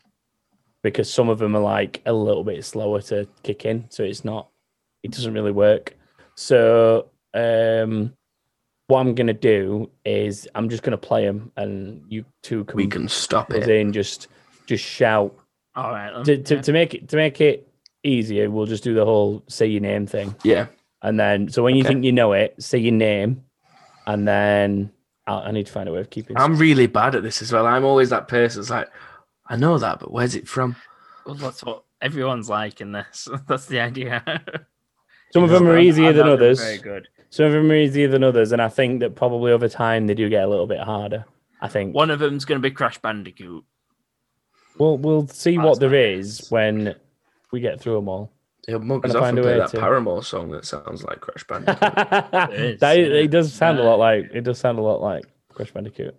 A: because some of them are like a little bit slower to kick in so it's not it doesn't really work so um what i'm gonna do is i'm just gonna play them and you two can
B: We can stop
A: buzz
B: it.
A: in just just shout
C: All right. then.
A: to, to, to make it to make it easier we'll just do the whole say your name thing
B: Yeah.
A: and then, so when you
B: Okay.
A: think you know it, say your name, and then I, I need to find a way of keeping.
B: I'm really bad at this as well. I'm always that person that's like, I know that, but where's it from?
C: Well, that's what everyone's like in this. [laughs] That's the idea.
A: Some of them are easier than others.
C: Very good.
A: Some of them are easier than others, and I think that probably over time they do get a little bit harder. I think.
C: One of them's going to be Crash Bandicoot.
A: We'll we'll see
C: That's
A: what there
C: my
A: is
C: guess.
A: when we get through them all. [laughs]
B: Yeah, muggers
A: Gonna find
B: often
A: a
B: play
A: way
B: that
A: to-
B: Paramore song that sounds like Crash Bandicoot.
A: that
C: is,
A: is-
C: yeah.
A: it does sound a
C: Yeah.
A: lot like it does sound a lot like Crash Bandicoot.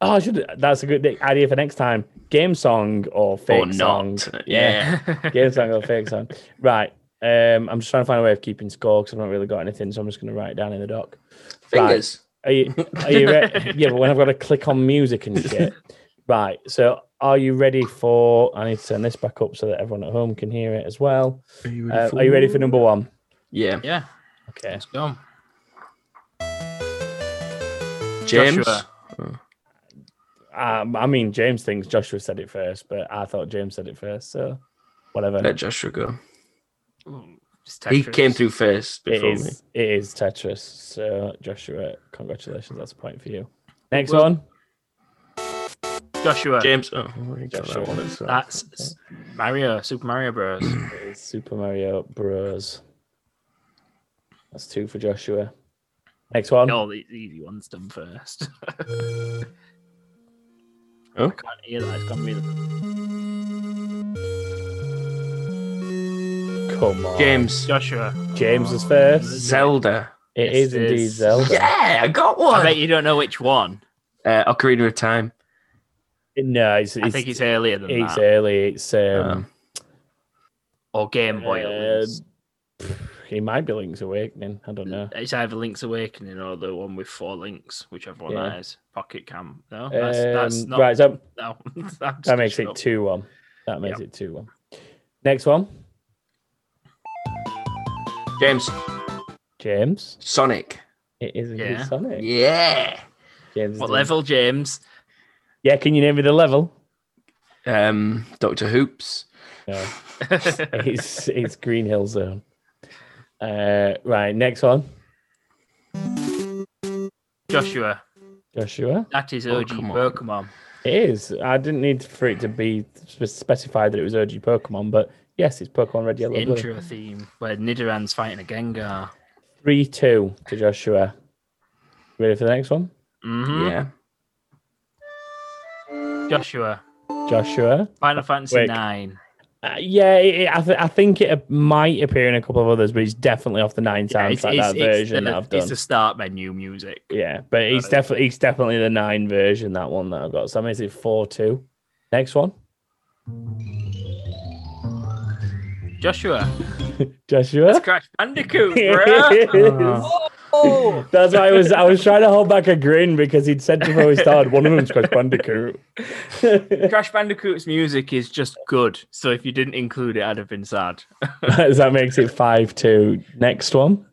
A: Oh, I should. That's a good idea for next time. Game song or [laughs] fake
B: or
A: song.
B: not. Yeah.
C: Yeah.
A: Game song or fake song. Right. Um, I'm just trying to find a way of keeping score because I've not really got anything, so I'm just going to write it down in the doc.
B: Fingers.
A: Are you? Are you re- yeah, but when I've got to click on music and shit. Right. So, are you ready for? I need to turn this back up so that everyone at home can hear it as well.
B: Are you
A: Uh, are you ready for number one?
B: Yeah.
C: [laughs] yeah.
A: Okay.
C: Let's go.
B: James.
C: Joshua.
A: Um, I mean, James thinks Joshua said it first, but I thought James said it first, so whatever.
B: Let Uh, Joshua go.
C: Ooh, it's
B: He
C: Tetris.
B: came through first
A: It
B: before me.
A: is. It is Tetris. So, Joshua, congratulations. That's a point for you. Next
C: Well-
A: one.
C: Joshua.
B: James. Oh, we got
A: Joshua.
B: that one as well.
C: That's s- Mario. Super
A: [clears throat]
C: Mario Bros.
A: It is Super Mario Bros. That's two for Joshua. Next one.
C: Get all the easy ones done first. [laughs]
B: Oh.
C: I can't hear that. It's gone really.
A: Come on.
B: James.
C: Joshua.
A: James is first.
B: Zelda.
A: It
C: Yes,
A: is
C: it
A: indeed
C: is.
A: Zelda.
B: Yeah, I got
C: I
B: one.
C: bet you don't know which one.
B: Uh, Ocarina of Time.
A: No, it's, it's,
C: I think it's earlier than
A: it's
C: that. Uh,
A: early. It's um,
B: Um,
C: or Game Boy. at
A: uh,
C: least.
A: it might be Link's Awakening. I don't know.
C: It's either Link's Awakening or the one with four links, whichever one
A: Yeah.
C: that is. Pocket Cam. No, that's, that's
A: Um,
C: not.
A: Right, so
C: No, [laughs] I'm
A: that
C: just
A: makes
C: shut
A: it
C: up.
A: 2 1. That makes it 2 1. Next one.
B: James.
A: James.
B: Sonic.
A: It is indeed
C: Yeah.
A: Sonic.
B: Yeah.
A: James is
C: What
A: doing- [laughs]
C: level, James?
A: Yeah, can you name me the level?
B: Um, Doctor Hoops.
A: No. it's it's Green Hill Zone. Uh, right, next one,
C: Joshua.
A: Joshua.
C: That is
B: Oh,
C: OG
B: come on.
C: Pokemon.
A: It is. I didn't need for it to be spe- specified that it was OG Pokemon, but yes, it's Pokemon Red, Yellow, Blue.
C: Intro theme where Nidoran's fighting a Gengar.
A: Three two to Joshua.
C: Mm-hmm.
A: Ready for the next one?
C: hmm
B: Yeah.
C: Joshua.
A: Joshua.
D: Final Fantasy
A: Quick.
D: Nine.
A: Uh, yeah, it, it- I, th- I think it ap- might appear in a couple of others, but it's definitely off the nine
C: Yeah,
A: sounds like that version
C: the,
A: that I've
C: it's
A: done.
C: the start menu
A: [laughs]
C: music.
A: Yeah, but it's definitely it's definitely the nine version that one that I've got. So that makes it four two. Next one,
C: Joshua,
A: Joshua. [laughs]
C: that's Crash Bandicoot, bro.
A: Yes.
C: Uh-huh.
A: That's why I was I
C: [laughs]
A: was trying to hold back a grin because he'd said before we started one of them's Crash Bandicoot. Does
C: Crash Bandicoot's music is just good. So if you didn't include it, I'd have been sad. [laughs]
A: [laughs] that makes it five two. Next one.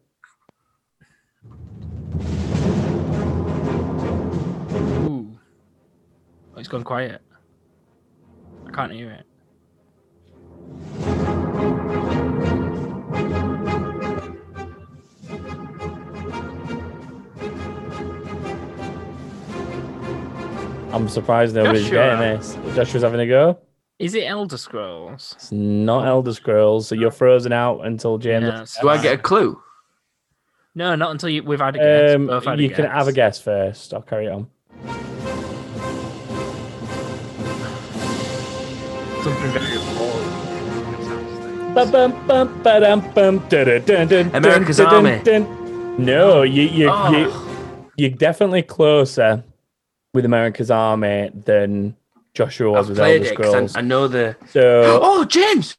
C: Ooh. Oh, it's gone quiet. I can't hear it.
A: I'm surprised nobody's
C: Joshua.
A: getting this. Joshua's having a go.
C: Is it Elder Scrolls?
A: It's not Elder Scrolls, so you're frozen out until James.
C: Yeah, so
B: Do I get a clue?
C: No, not until you, we've had a guess.
A: Um,
C: both had
A: you can
C: guess.
A: have a guess first. I'll carry on.
C: Something very boring.
A: America's
B: America's Army.
A: No, you you,
B: Oh.
A: you you're definitely closer with America's Army than Joshua was
B: I've
A: with
B: played
A: Elder
B: it 'cause
A: Scrolls.
B: I, I know the. [gasps]
A: So
B: Oh, James!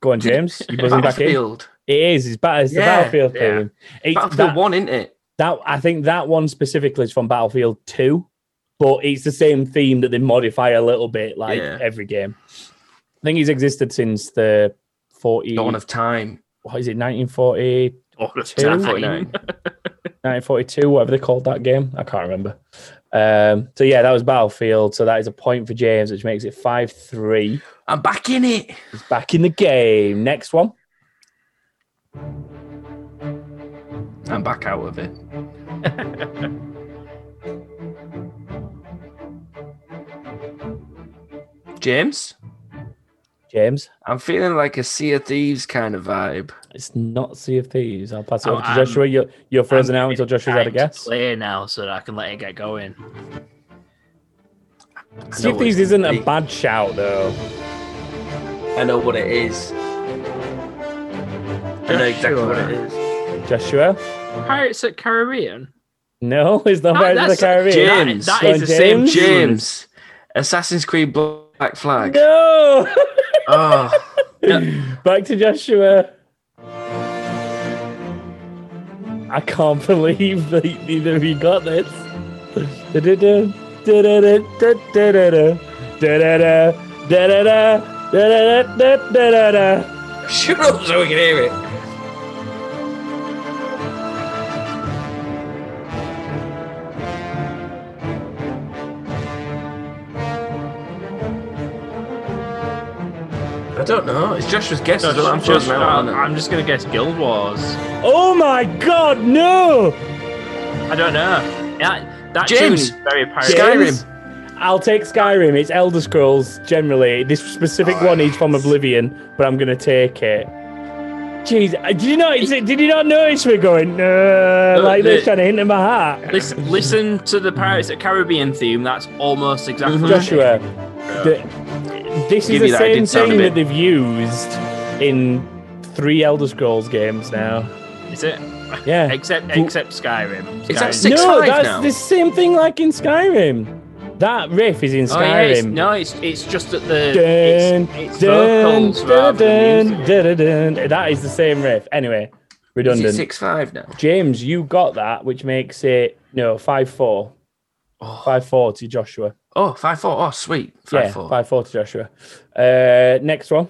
A: go on, James. You buzzing back in?
B: Battlefield.
A: It is. It's, bat- it's
B: Yeah,
A: the Battlefield
C: yeah.
A: theme. It's
B: Battlefield
A: that,
B: 1, isn't it?
A: that I think that one specifically is from Battlefield Two, but it's the same theme that they modify a little bit, like
B: Yeah.
A: every game. I think he's existed since the forty.
B: Dawn of Time.
A: what is it, 1940,
C: All of
A: Two.
C: time.
B: 49.
A: 1942, whatever they called that game. I can't remember. Um, so yeah, that was Battlefield. So that is a point for James, which makes it five three.
B: I'm back in it.
A: He's back in the game. Next one.
B: I'm back out of it. [laughs] James,
A: James.
B: I'm feeling like a Sea of Thieves kind of vibe.
A: It's not Sea of Thieves. I'll pass it
C: Oh,
A: over to
C: I'm-
A: Joshua. You're, you're frozen
C: I'm
A: out until
C: giving it
A: Joshua's had a
C: time to
A: guess.
C: Play now so that I can let it get going.
B: I
A: Sea
B: know
A: of
B: what
A: Thieves
B: it's
A: isn't
B: gonna
A: a
B: be.
A: bad shout though.
B: I know what it is. I know exactly what it is.
A: Joshua.
C: Pirates at Caribbean.
A: No, [laughs] it's not
C: Ah,
A: Pirates of the
C: that's-
A: Caribbean.
B: James.
C: that
A: Go on,
C: is the same
A: James.
B: James, Assassin's Creed Black Flag.
A: [laughs] No. [laughs]
B: Oh,
A: Back to Joshua. I can't believe that neither of you got this. Da-da-da, da-da-da, da-da-da, da-da-da, da-da-da, da-da-da, da-da-da.
B: shut up so we can hear it. I don't know. It's Joshua's guess. I
C: Just-
B: don't, I'm
C: just-
B: frozen out.
C: I'm,
B: aren't I?
C: I'm just gonna guess Guild Wars.
A: Oh my god, no!
C: I don't know. That that
B: James!
C: tune is very pirate.
B: Sky-
A: James? I'll take Skyrim. It's Elder Scrolls generally. This specific one is from Oblivion, but I'm gonna take it. Jeez, uh, did you not? Did you not notice we're going uh,
C: Look,
A: like this,
C: the-
A: trying to hint at my heart?
C: Listen, listen to the Pirates at Caribbean theme. That's almost exactly.
B: Mhm.
C: what it is.
A: Mm-hmm. Joshua, th- this is
B: Give
A: the
B: you that, it
A: same
B: did sound a
A: thing that
B: bit-
A: they've used in three Elder Scrolls games now.
C: Is it?
A: Yeah.
C: Except except Skyrim.
B: Is that
C: Skyrim.
B: six-
A: no,
B: five
A: that's
B: now?
A: the same thing like in Skyrim. That riff is in
C: Oh, yeah, it's,
A: Skyrim.
C: no, it's it's just that the
A: Dun,
C: it's, it's
A: dun,
C: vocals rather than
A: dun,
C: music.
A: dun, dun, dun. That is the same riff. Anyway,
B: Is it
A: redundant.
B: six five now?
A: James, you got that, which makes it no five four.
B: Oh.
A: Five four to Joshua.
B: Oh, five four. Oh, sweet. Five
A: yeah,
B: four.
A: five four to Joshua. Uh, next one.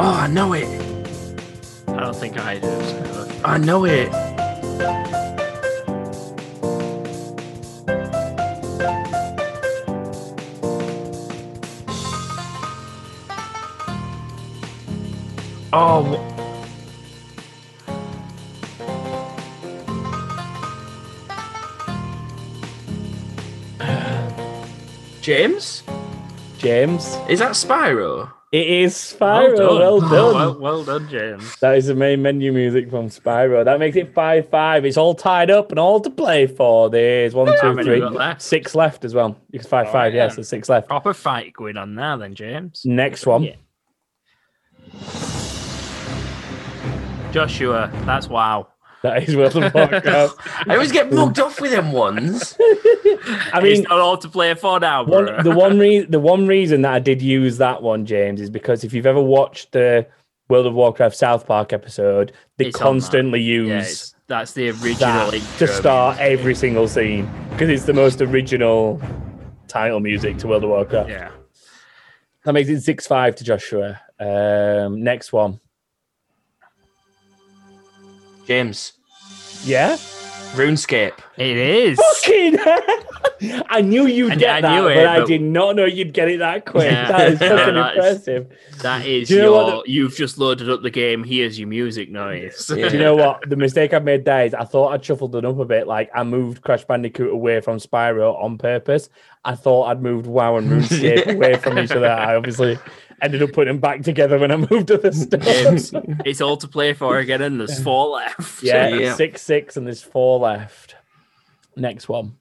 B: Oh, I know it.
C: I don't think I do. so-
B: I know it. Oh.
C: Um,
B: wh- James,
A: James.
B: is that Spyro?
A: It is Spyro. Well done.
C: Oh, Well, well done, James.
A: That is the main menu music from Spyro. That makes it 5 5. It's all tied up and all to play for. There's one,
C: How
A: two,
C: many
A: three,
C: we got left? Oh,
A: six left as well. It's 5
C: All
A: 5,
C: right,
A: yes,
C: then.
A: there's six left.
C: Proper fight going on now, then, James.
A: Next one.
C: Yeah. Joshua, that's wow.
A: That is World of
C: [laughs]
A: Warcraft.
B: I always
A: [laughs]
B: get mugged off with them ones.
A: I mean,
C: it's not all to play for now, bro.
A: one, the one re- the one reason that I did use that one, James, is because if you've ever watched the World of Warcraft South Park episode, they
C: It's on that.
A: constantly use
C: [laughs] Yeah, it's- that's the original
A: that
C: intro
A: to start every single scene because it's the most original title music to World of
C: music.
A: Warcraft.
C: Yeah.
A: That makes it six five to Joshua. Um, next one,
B: James,
A: yeah.
B: RuneScape.
C: It is.
A: Fucking hell. [laughs] I knew you'd
C: I-
A: get
C: I
A: that,
C: knew it,
A: but I
C: but-
A: did not know you'd get it that quick.
C: Yeah.
A: That
C: [laughs]
A: is
C: Yeah,
A: fucking
C: that is-
A: impressive.
C: That is
A: Do you know what
C: your. You've just loaded up the game. Here's your music noise.
B: Yeah.
A: Do you know what? The mistake I made there is I thought I'd shuffled it up a bit. Like I moved Crash Bandicoot away from Spyro on purpose. I thought I'd moved WoW and RuneScape
C: [laughs]
A: away from each other. I obviously ended up putting them back together when I moved
C: [laughs]
A: other [laughs]
C: James,
A: stuff.
C: it's all to play for again, and there's four left.
A: yeah,
B: So, yeah.
A: six six, and there's four left. Next one.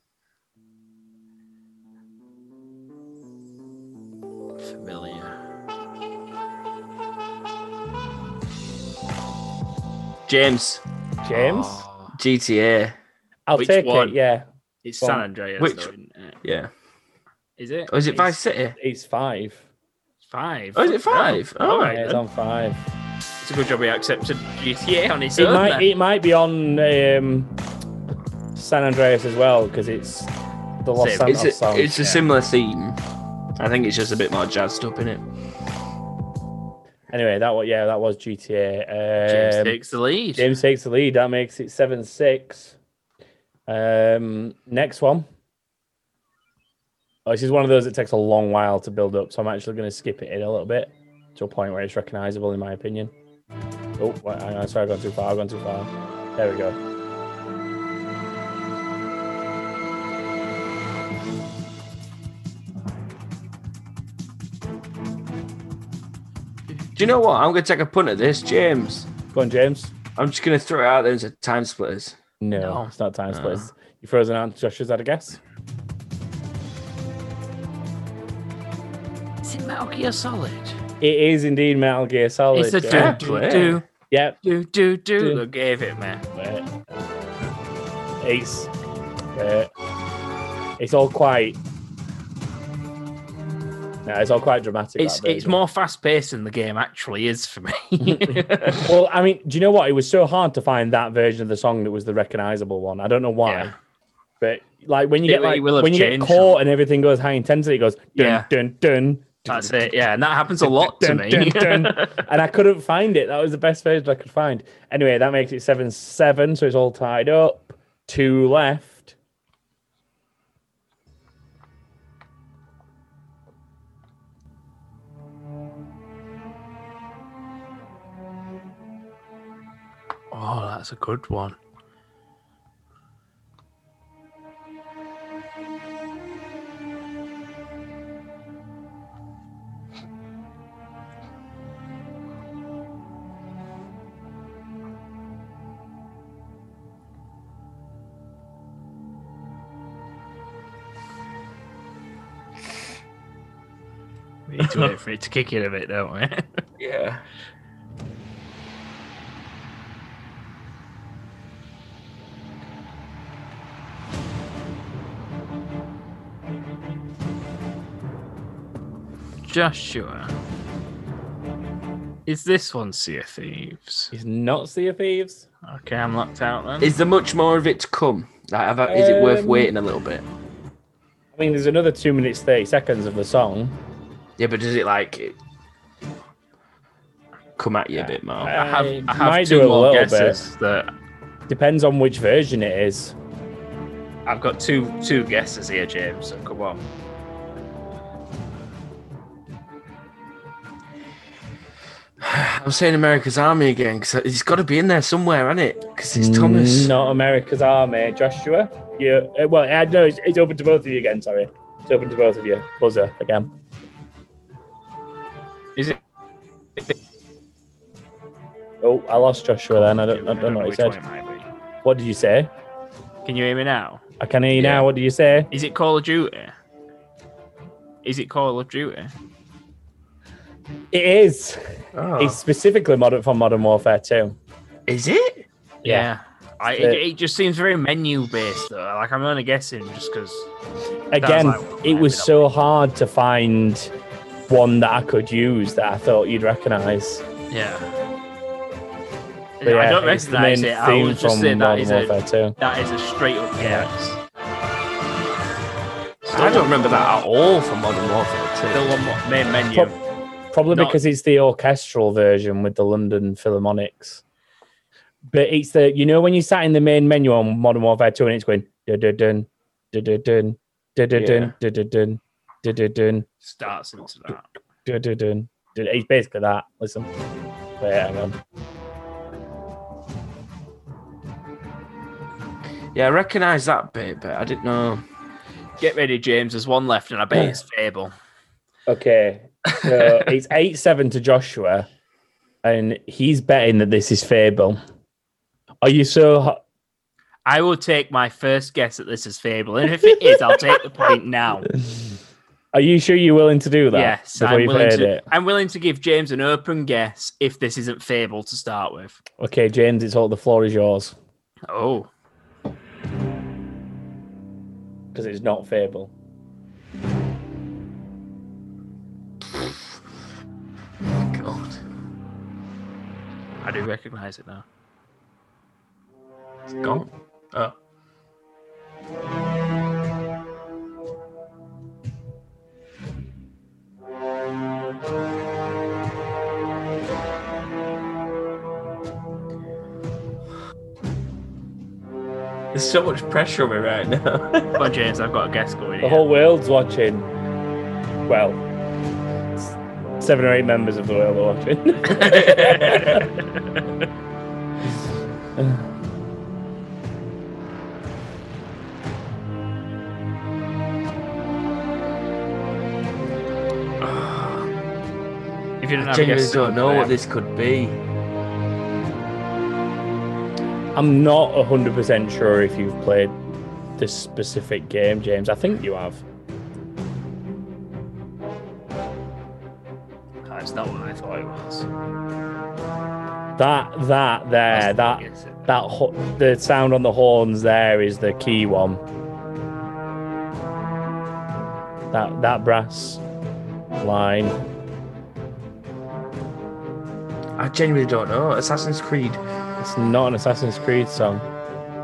C: Familiar.
B: James,
A: James,
C: Oh,
B: GTA.
A: I'll
C: which
A: take
C: one?
A: it. Yeah,
C: [laughs] it's
A: Go on.
C: San Andreas,
B: Which-
C: though, isn't it?
B: Yeah.
C: Is it?
B: Oh, is it
C: It's
B: Vice City?
A: it's five.
C: Five.
B: Oh, is it five?
C: Oh, all
B: Oh.
C: right.
A: Yeah, it's
C: then.
A: on five.
C: It's a good job we accepted GTA on its
A: It
C: own.
A: might
C: then.
A: it might be on um, San Andreas as well because it's the Los
C: Same.
A: Santos
B: It's a,
A: song.
B: it's a
C: yeah.
B: similar theme. I think it's just a bit more jazzed up in it.
A: Anyway, that was yeah, that was GTA.
C: James
A: Um,
C: takes the lead.
A: James takes the lead. That makes it seven six. Um, next one. Oh, this is one of those that takes a long while to build up, so I'm actually going to skip it in a little bit to a point where it's recognisable, in my opinion. Oh, wait, hang on, sorry, I've gone too far. I've gone too far. There we go.
B: Do you know what? I'm going to take a punt at this, James.
A: Go on, James.
B: I'm just going to throw it out there as a time splitters.
A: No,
C: No.
A: it's not time
B: No.
A: splits. You frozen out, Josh? Is that a guess?
C: Is it Metal Gear Solid?
A: It is indeed Metal Gear Solid.
C: It's a
A: James.
B: fair
C: do do
B: play.
C: do
A: Yep,
C: do do do.
A: Do.
C: They gave it, man.
A: Wait. It's wait. it's all quite. No, it's all quite dramatic.
C: It's
A: that
C: it's
A: version.
C: more fast paced than the game actually
A: [laughs]
C: is for me.
A: Well, I mean, do you know what? It was so hard to find that version of the song that was the recognizable one. I don't know why,
C: [laughs] Yeah.
A: but like when you
C: It-
A: get like
C: it will have
A: when you get
C: changed
A: caught and everything goes high intensity, it goes dun
C: Yeah.
A: dun dun.
C: That's it. Yeah, and that happens a lot to
A: Dun,
C: me.
A: dun,
C: [laughs]
A: dun. and I couldn't find it. That was the best version I could find. Anyway, that makes it seven seven, so it's all tied up. Two left.
C: Oh, that's a good one. We need to wait for it to kick in a bit, don't we?
B: Yeah.
C: Joshua. Is this one Sea of Thieves?
A: It's not Sea of Thieves.
C: Okay, I'm locked out then.
B: Is there much more of it to come? Like, have I- is it worth
A: Um,
B: waiting a little bit?
A: I mean, there's another two minutes thirty seconds of the song.
B: Yeah, but does it like it- come at you a bit more?
A: Uh,
C: I have,
A: I
C: I have
A: might
C: two
A: do a
C: more
A: little bit.
C: guesses that
A: Depends on which version it is.
C: I've got two two guesses here, James. So come on.
B: I'm saying America's Army again because it's got to be in there somewhere, hasn't it? Because it's Thomas.
A: Mm, Not America's Army, Joshua. Yeah. uh, Well, I know it's, it's open to both of you again. Sorry, it's open to both of you. Buzzer again. Oh, I lost Joshua then. I don't, I don't know what he
C: which
A: said.
C: one it might be.
A: What did you say?
C: Can you hear me now?
A: I can hear you
B: Yeah.
A: now. What did you say?
C: Is it Call of Duty? Is it Call of Duty?
A: It is.
B: Oh.
A: It's specifically modern for Modern Warfare 2.
B: Is it?
A: Yeah.
C: I,
A: It's
C: it,
A: the-
C: it just seems very menu based though. Like I'm only guessing just because.
A: Again,
C: Sounds like-
A: it was so hard to find one that I could use that I thought you'd recognise.
C: Yeah.
A: But
C: I
A: yeah,
C: don't
A: it's the
C: recognise
A: main
C: it. I was
A: theme
C: just saying
A: from
C: that is
A: Modern
C: a
A: Warfare 2.
C: that is a straight up guess.
B: I don't remember that at all from Modern Warfare 2.
C: Still on what main menu.
A: Pro- Probably
C: Not-
A: because it's the orchestral version with the London Philharmonics. But it's the you know when you sat in the main menu on Modern Warfare 2 and it's going dun dun dun dun dun dun dun dun dun dun dun dun dun dun dun
C: Starts into that.
A: dun dun dun. dun. It's basically that. Listen. Wait, hang on.
B: Yeah, I recognise that bit, but I didn't know.
C: Get ready, James. There's one left, and I bet it's Fable.
A: Okay.
C: [laughs]
A: So it's eight seven to Joshua, and he's betting that this is Fable. Are you so ho-
C: I will take my first guess that this is Fable, and if it is, I'll take the point now.
A: Are you sure you're willing to do that?
C: Yes,
A: before
C: I'm
A: you've
C: willing
A: heard
C: to.
A: it.
C: I'm willing to give James an open guess if this isn't Fable to start with.
A: Okay, James, it's all the floor is yours
C: Oh,
A: because it's not Fable.
B: God.
C: I do recognise it now.
B: It's gone. Oh. There's so much pressure on me right now. [laughs]
C: Come on, James. I've got a guess going.
A: The
C: here.
A: whole world's watching. Well, s- seven or eight members of the world are watching.
C: if you don't
B: I
C: have a
B: genuinely
C: guess,
B: don't know
C: there.
B: what this could
A: [laughs]
B: be.
A: I'm not 100% sure if you've played this specific game, James. I think you have.
C: That's not what I thought it was.
A: That, that, there, that, that, ho- the sound on the horns there is the key one. That, that brass line.
B: I genuinely don't know. Assassin's Creed.
A: It's not an Assassin's Creed song.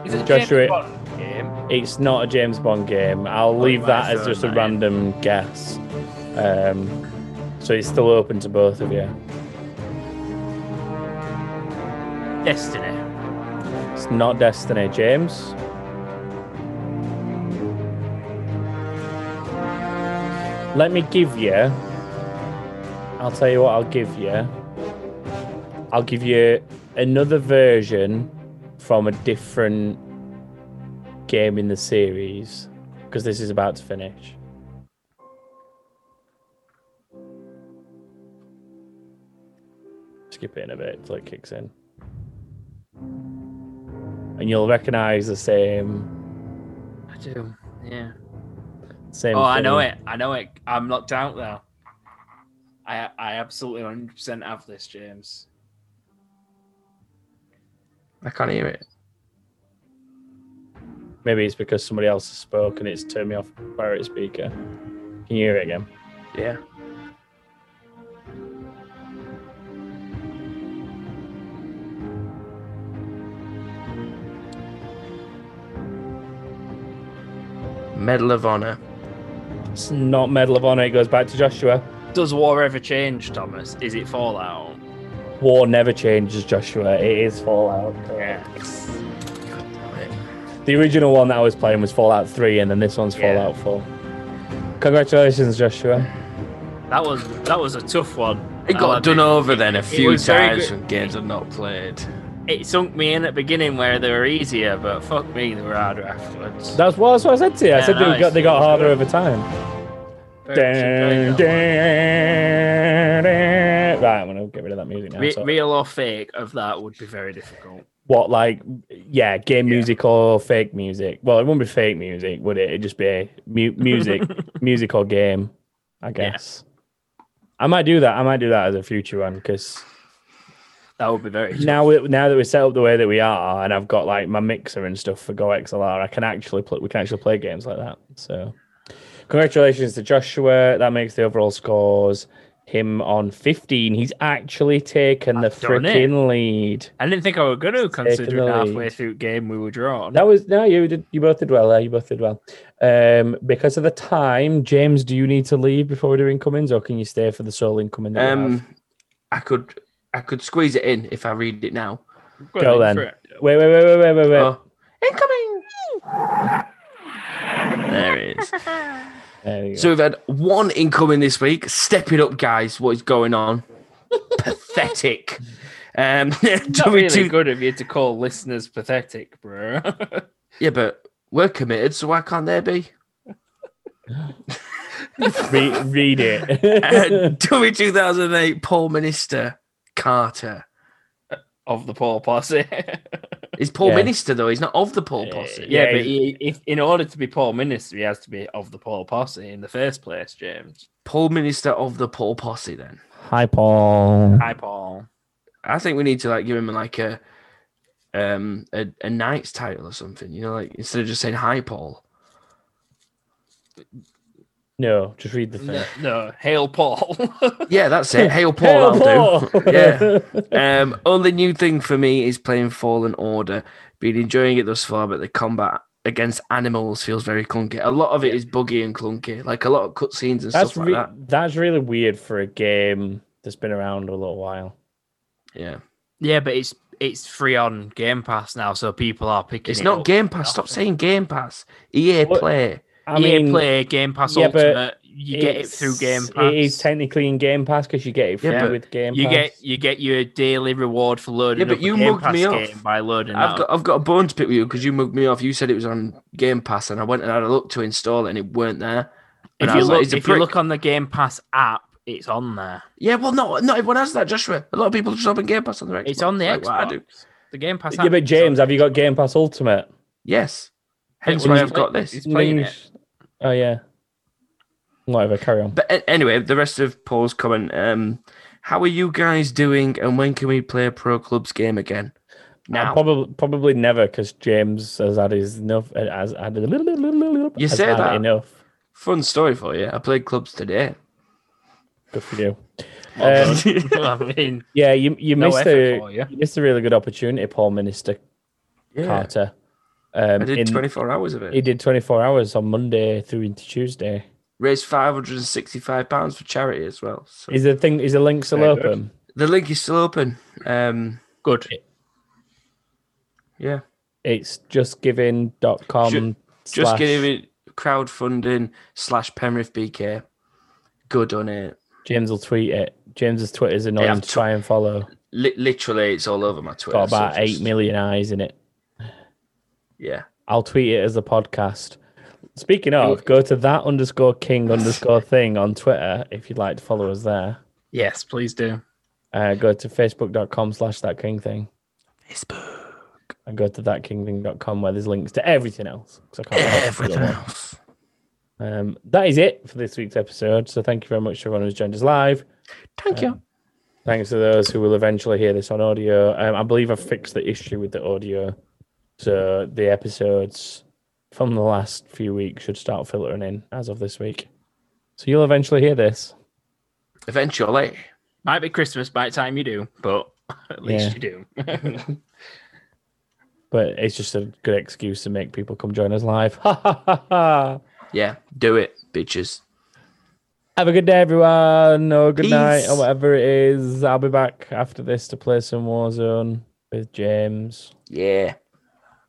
D: Is it
A: Joshua-
D: James Bond game?
A: It's not a James Bond game. I'll leave
C: right,
A: that as
C: so
A: just a
C: right.
A: random guess. Um, so it's still open to both of you.
C: Destiny.
A: It's not Destiny, James. Let me give you. I'll tell you what I'll give you. I'll give you another version from a different game in the series because this is about to finish. Skip it in a bit till it kicks in and you'll recognize the same
C: I do. Yeah.
A: same
C: Oh, I know
A: thing.
C: it. I know it. I'm knocked out now. I I absolutely 100% have this, James.
B: I can't hear it.
A: maybe it's because somebody else has spoken it's turned me off pirate speaker can you hear it again
B: Yeah. Medal of Honor.
A: it's not medal of honor it goes back to joshua
C: Does war ever change, Thomas? Is it Fallout?
A: war never changes joshua it is fallout
C: Yes.
A: the original one that i was playing was fallout 3 and then this one's
C: Yeah.
A: fallout 4 congratulations joshua
C: That was that was a tough one.
B: It got
C: I'll
B: done
C: admit.
B: over then a few
C: was very
B: times
C: good.
B: from games I've not played.
C: It sunk me in at the beginning where they were easier, but fuck me, they were harder afterwards.
A: that's what, that's what i said to you i
C: Yeah,
A: said
C: no,
A: they got
C: it's-
A: they got harder over time
C: Very- very good.
A: Dun, dun, that music now.
C: Re-
A: so-
C: real or fake of that would be very difficult.
A: what like yeah, game
C: Yeah.
A: music or fake music? Well, it wouldn't be fake music, would it? It'd just be
C: [laughs]
A: mu- music, music or game. I guess. I might do that. I might do that as a future one because
C: That would be very.
A: now, we- now that we're set up the way that we are, and I've got like my mixer and stuff for Go XLR, I can actually play. We can actually play games like that. So, congratulations to Joshua. That makes the overall scores him on 15. He's actually taken
C: I've
A: the
C: done it.
A: freaking lead.
C: I didn't think I were going to consider
A: the
C: halfway
A: lead.
C: through game we were drawn.
A: That was no, you did. You both did well there. You both did well. Um, because of the time, James, do you need to leave before we do incomings, or can you stay for the sole incoming? That we have?
B: Um, I could I could squeeze it in if I read it now.
C: Go
A: go
C: in
A: then.
C: for it.
A: Wait, wait, wait, wait, wait, wait, wait.
B: Oh, incoming! There it is.
A: There you go.
B: So we've had one incoming this week. Step it up, guys. What is going on? Pathetic. Um, [laughs]
C: It's
B: do
C: not
B: we
C: really
B: do-
C: good of you to call listeners pathetic, bro. [laughs]
B: Yeah, but we're committed, so why can't they be?
A: Re- read
B: Uh, [laughs]
C: [laughs]
A: it. [laughs]
B: do we 2008 Paul Minister Carter.
C: of the poor posse.
B: He's Paul
A: Yeah.
B: Minister though. He's not of the Paul Posse.
C: Uh, yeah,
A: Yeah,
C: but he, if, in order to be Paul Minister, he has to be of the Paul Posse in the first place, James.
B: Paul Minister of the Paul Posse. Then
A: Hi, Paul.
C: Hi, Paul.
B: I think we need to like give him like a um a, a knight's title or something. You know, like instead of just saying hi Paul.
A: No, just read the thing.
C: No, no, hail Paul. [laughs]
B: Yeah, that's it. Hail Paul.
A: Hail
B: that'll
A: Paul!
B: do. yeah.
A: [laughs]
B: Um, only new thing for me is playing Fallen Order. Been enjoying it thus far, but the combat against animals feels very clunky. A lot of it is buggy and clunky, like a lot of cutscenes and
A: that's
B: stuff like
A: re-
B: that.
A: that's really weird for a game that's been around a little while.
B: Yeah,
C: yeah, but it's it's free on Game Pass now, so people are picking.
B: it's
C: it
B: not
C: up.
B: Game Pass. Stop saying Game Pass. EA
A: What-
B: Play.
A: I
C: EA
A: mean,
C: Play Game Pass
A: yeah, but
C: Ultimate. You get it through Game
A: it's-
C: Pass.
A: It is technically in Game Pass because you get it free
B: Yeah, but
A: with Game
C: you
A: Pass.
C: get you get your daily reward for loading.
B: Yeah, but
C: up a
B: you
C: Game
B: mugged
C: Pass
B: me off.
C: game by loading.
B: I've
C: up.
B: got I've got a bone to pick with you because you mugged me off. You said it was on Game Pass, and I went and had a look to install it, and it weren't there. And
C: If,
B: I
C: you
B: was like,
C: look,
B: "It's a
C: if you
B: prick."
C: look on the Game Pass app, it's on there.
B: Yeah, well, no, not everyone has that, Joshua. A lot of people just open Game Pass on their Xbox.
C: It's on the
B: like
C: Xbox.
B: what I do.
C: The Game Pass.
A: yeah,
C: app
A: but
C: is on
A: James,
C: there.
A: have you got Game Pass Ultimate?
B: Yes, hence
C: well,
B: why
C: he's
B: I've got
C: play-
B: this.
C: He's playing it.
A: Ninja- Oh yeah. Whatever, carry on.
B: But a- anyway, the rest of Paul's comment. Um, how are you guys doing? And when can we play a pro clubs game again?
A: Uh,
B: Now
A: probably probably never because James has had his enough. eh, Has had a little, little, little, little
B: You
A: has
B: say
A: had
B: that.
A: enough.
B: fun story for you. I played clubs today.
A: Good for
B: [laughs]
A: you.
C: Well
A: Um,
C: done. [laughs] I mean,
A: yeah, you you
C: no
A: missed
C: effort
A: a
C: for you.
A: you missed a really good opportunity, Paul Minister
B: yeah,
A: Carter.
B: I
A: Um,
B: did
A: in-
B: 24 hours of
A: he
B: it.
A: did twenty four hours on Monday through into Tuesday.
B: Raised 565 pounds for charity as well. So
A: Is the thing? Is the link still
C: Very good.
A: open?
B: the link is still open. Um,
C: Good.
B: yeah,
A: It's justgiving.com.
B: Ju- just
A: slash-
B: giving it crowdfunding slash Penrith BK. Good on it.
A: James will tweet it. James's Twitter's annoying
B: I've
A: to
B: tw-
A: try and follow.
B: Li- literally, it's all over my Twitter.
A: Got
B: so
A: about
B: just-
A: eight million eyes in it.
B: Yeah.
A: I'll tweet it as a podcast. Speaking of, go to that underscore king underscore thing on Twitter if you'd like to follow us there.
C: Yes, please do.
A: Uh, go to facebook.com slash that king thing and go to thatkingthing.com where there's links to everything else. 'cause I can't
C: [laughs]
A: remember the other
B: Everything
A: one.
B: else.
A: Um, that is it for this week's episode. So thank you very much to everyone who's joined us live.
B: Thank you.
C: Um,
A: Thanks to those who will eventually hear this on audio. Um, I believe I've fixed the issue with the audio. So the episodes from the last few weeks should start filtering in as of this week. So you'll eventually hear this.
B: Eventually.
C: Might be Christmas by the time you do, but [laughs] at least
A: Yeah.
C: you do. [laughs]
A: But it's just a good excuse to make people come join us live. [laughs] Ha ha ha ha.
B: Yeah, do it, bitches.
A: Have a good day, everyone, or good night, or
B: Peace.
A: whatever it is. I'll be back after this to play some Warzone with James.
B: Yeah.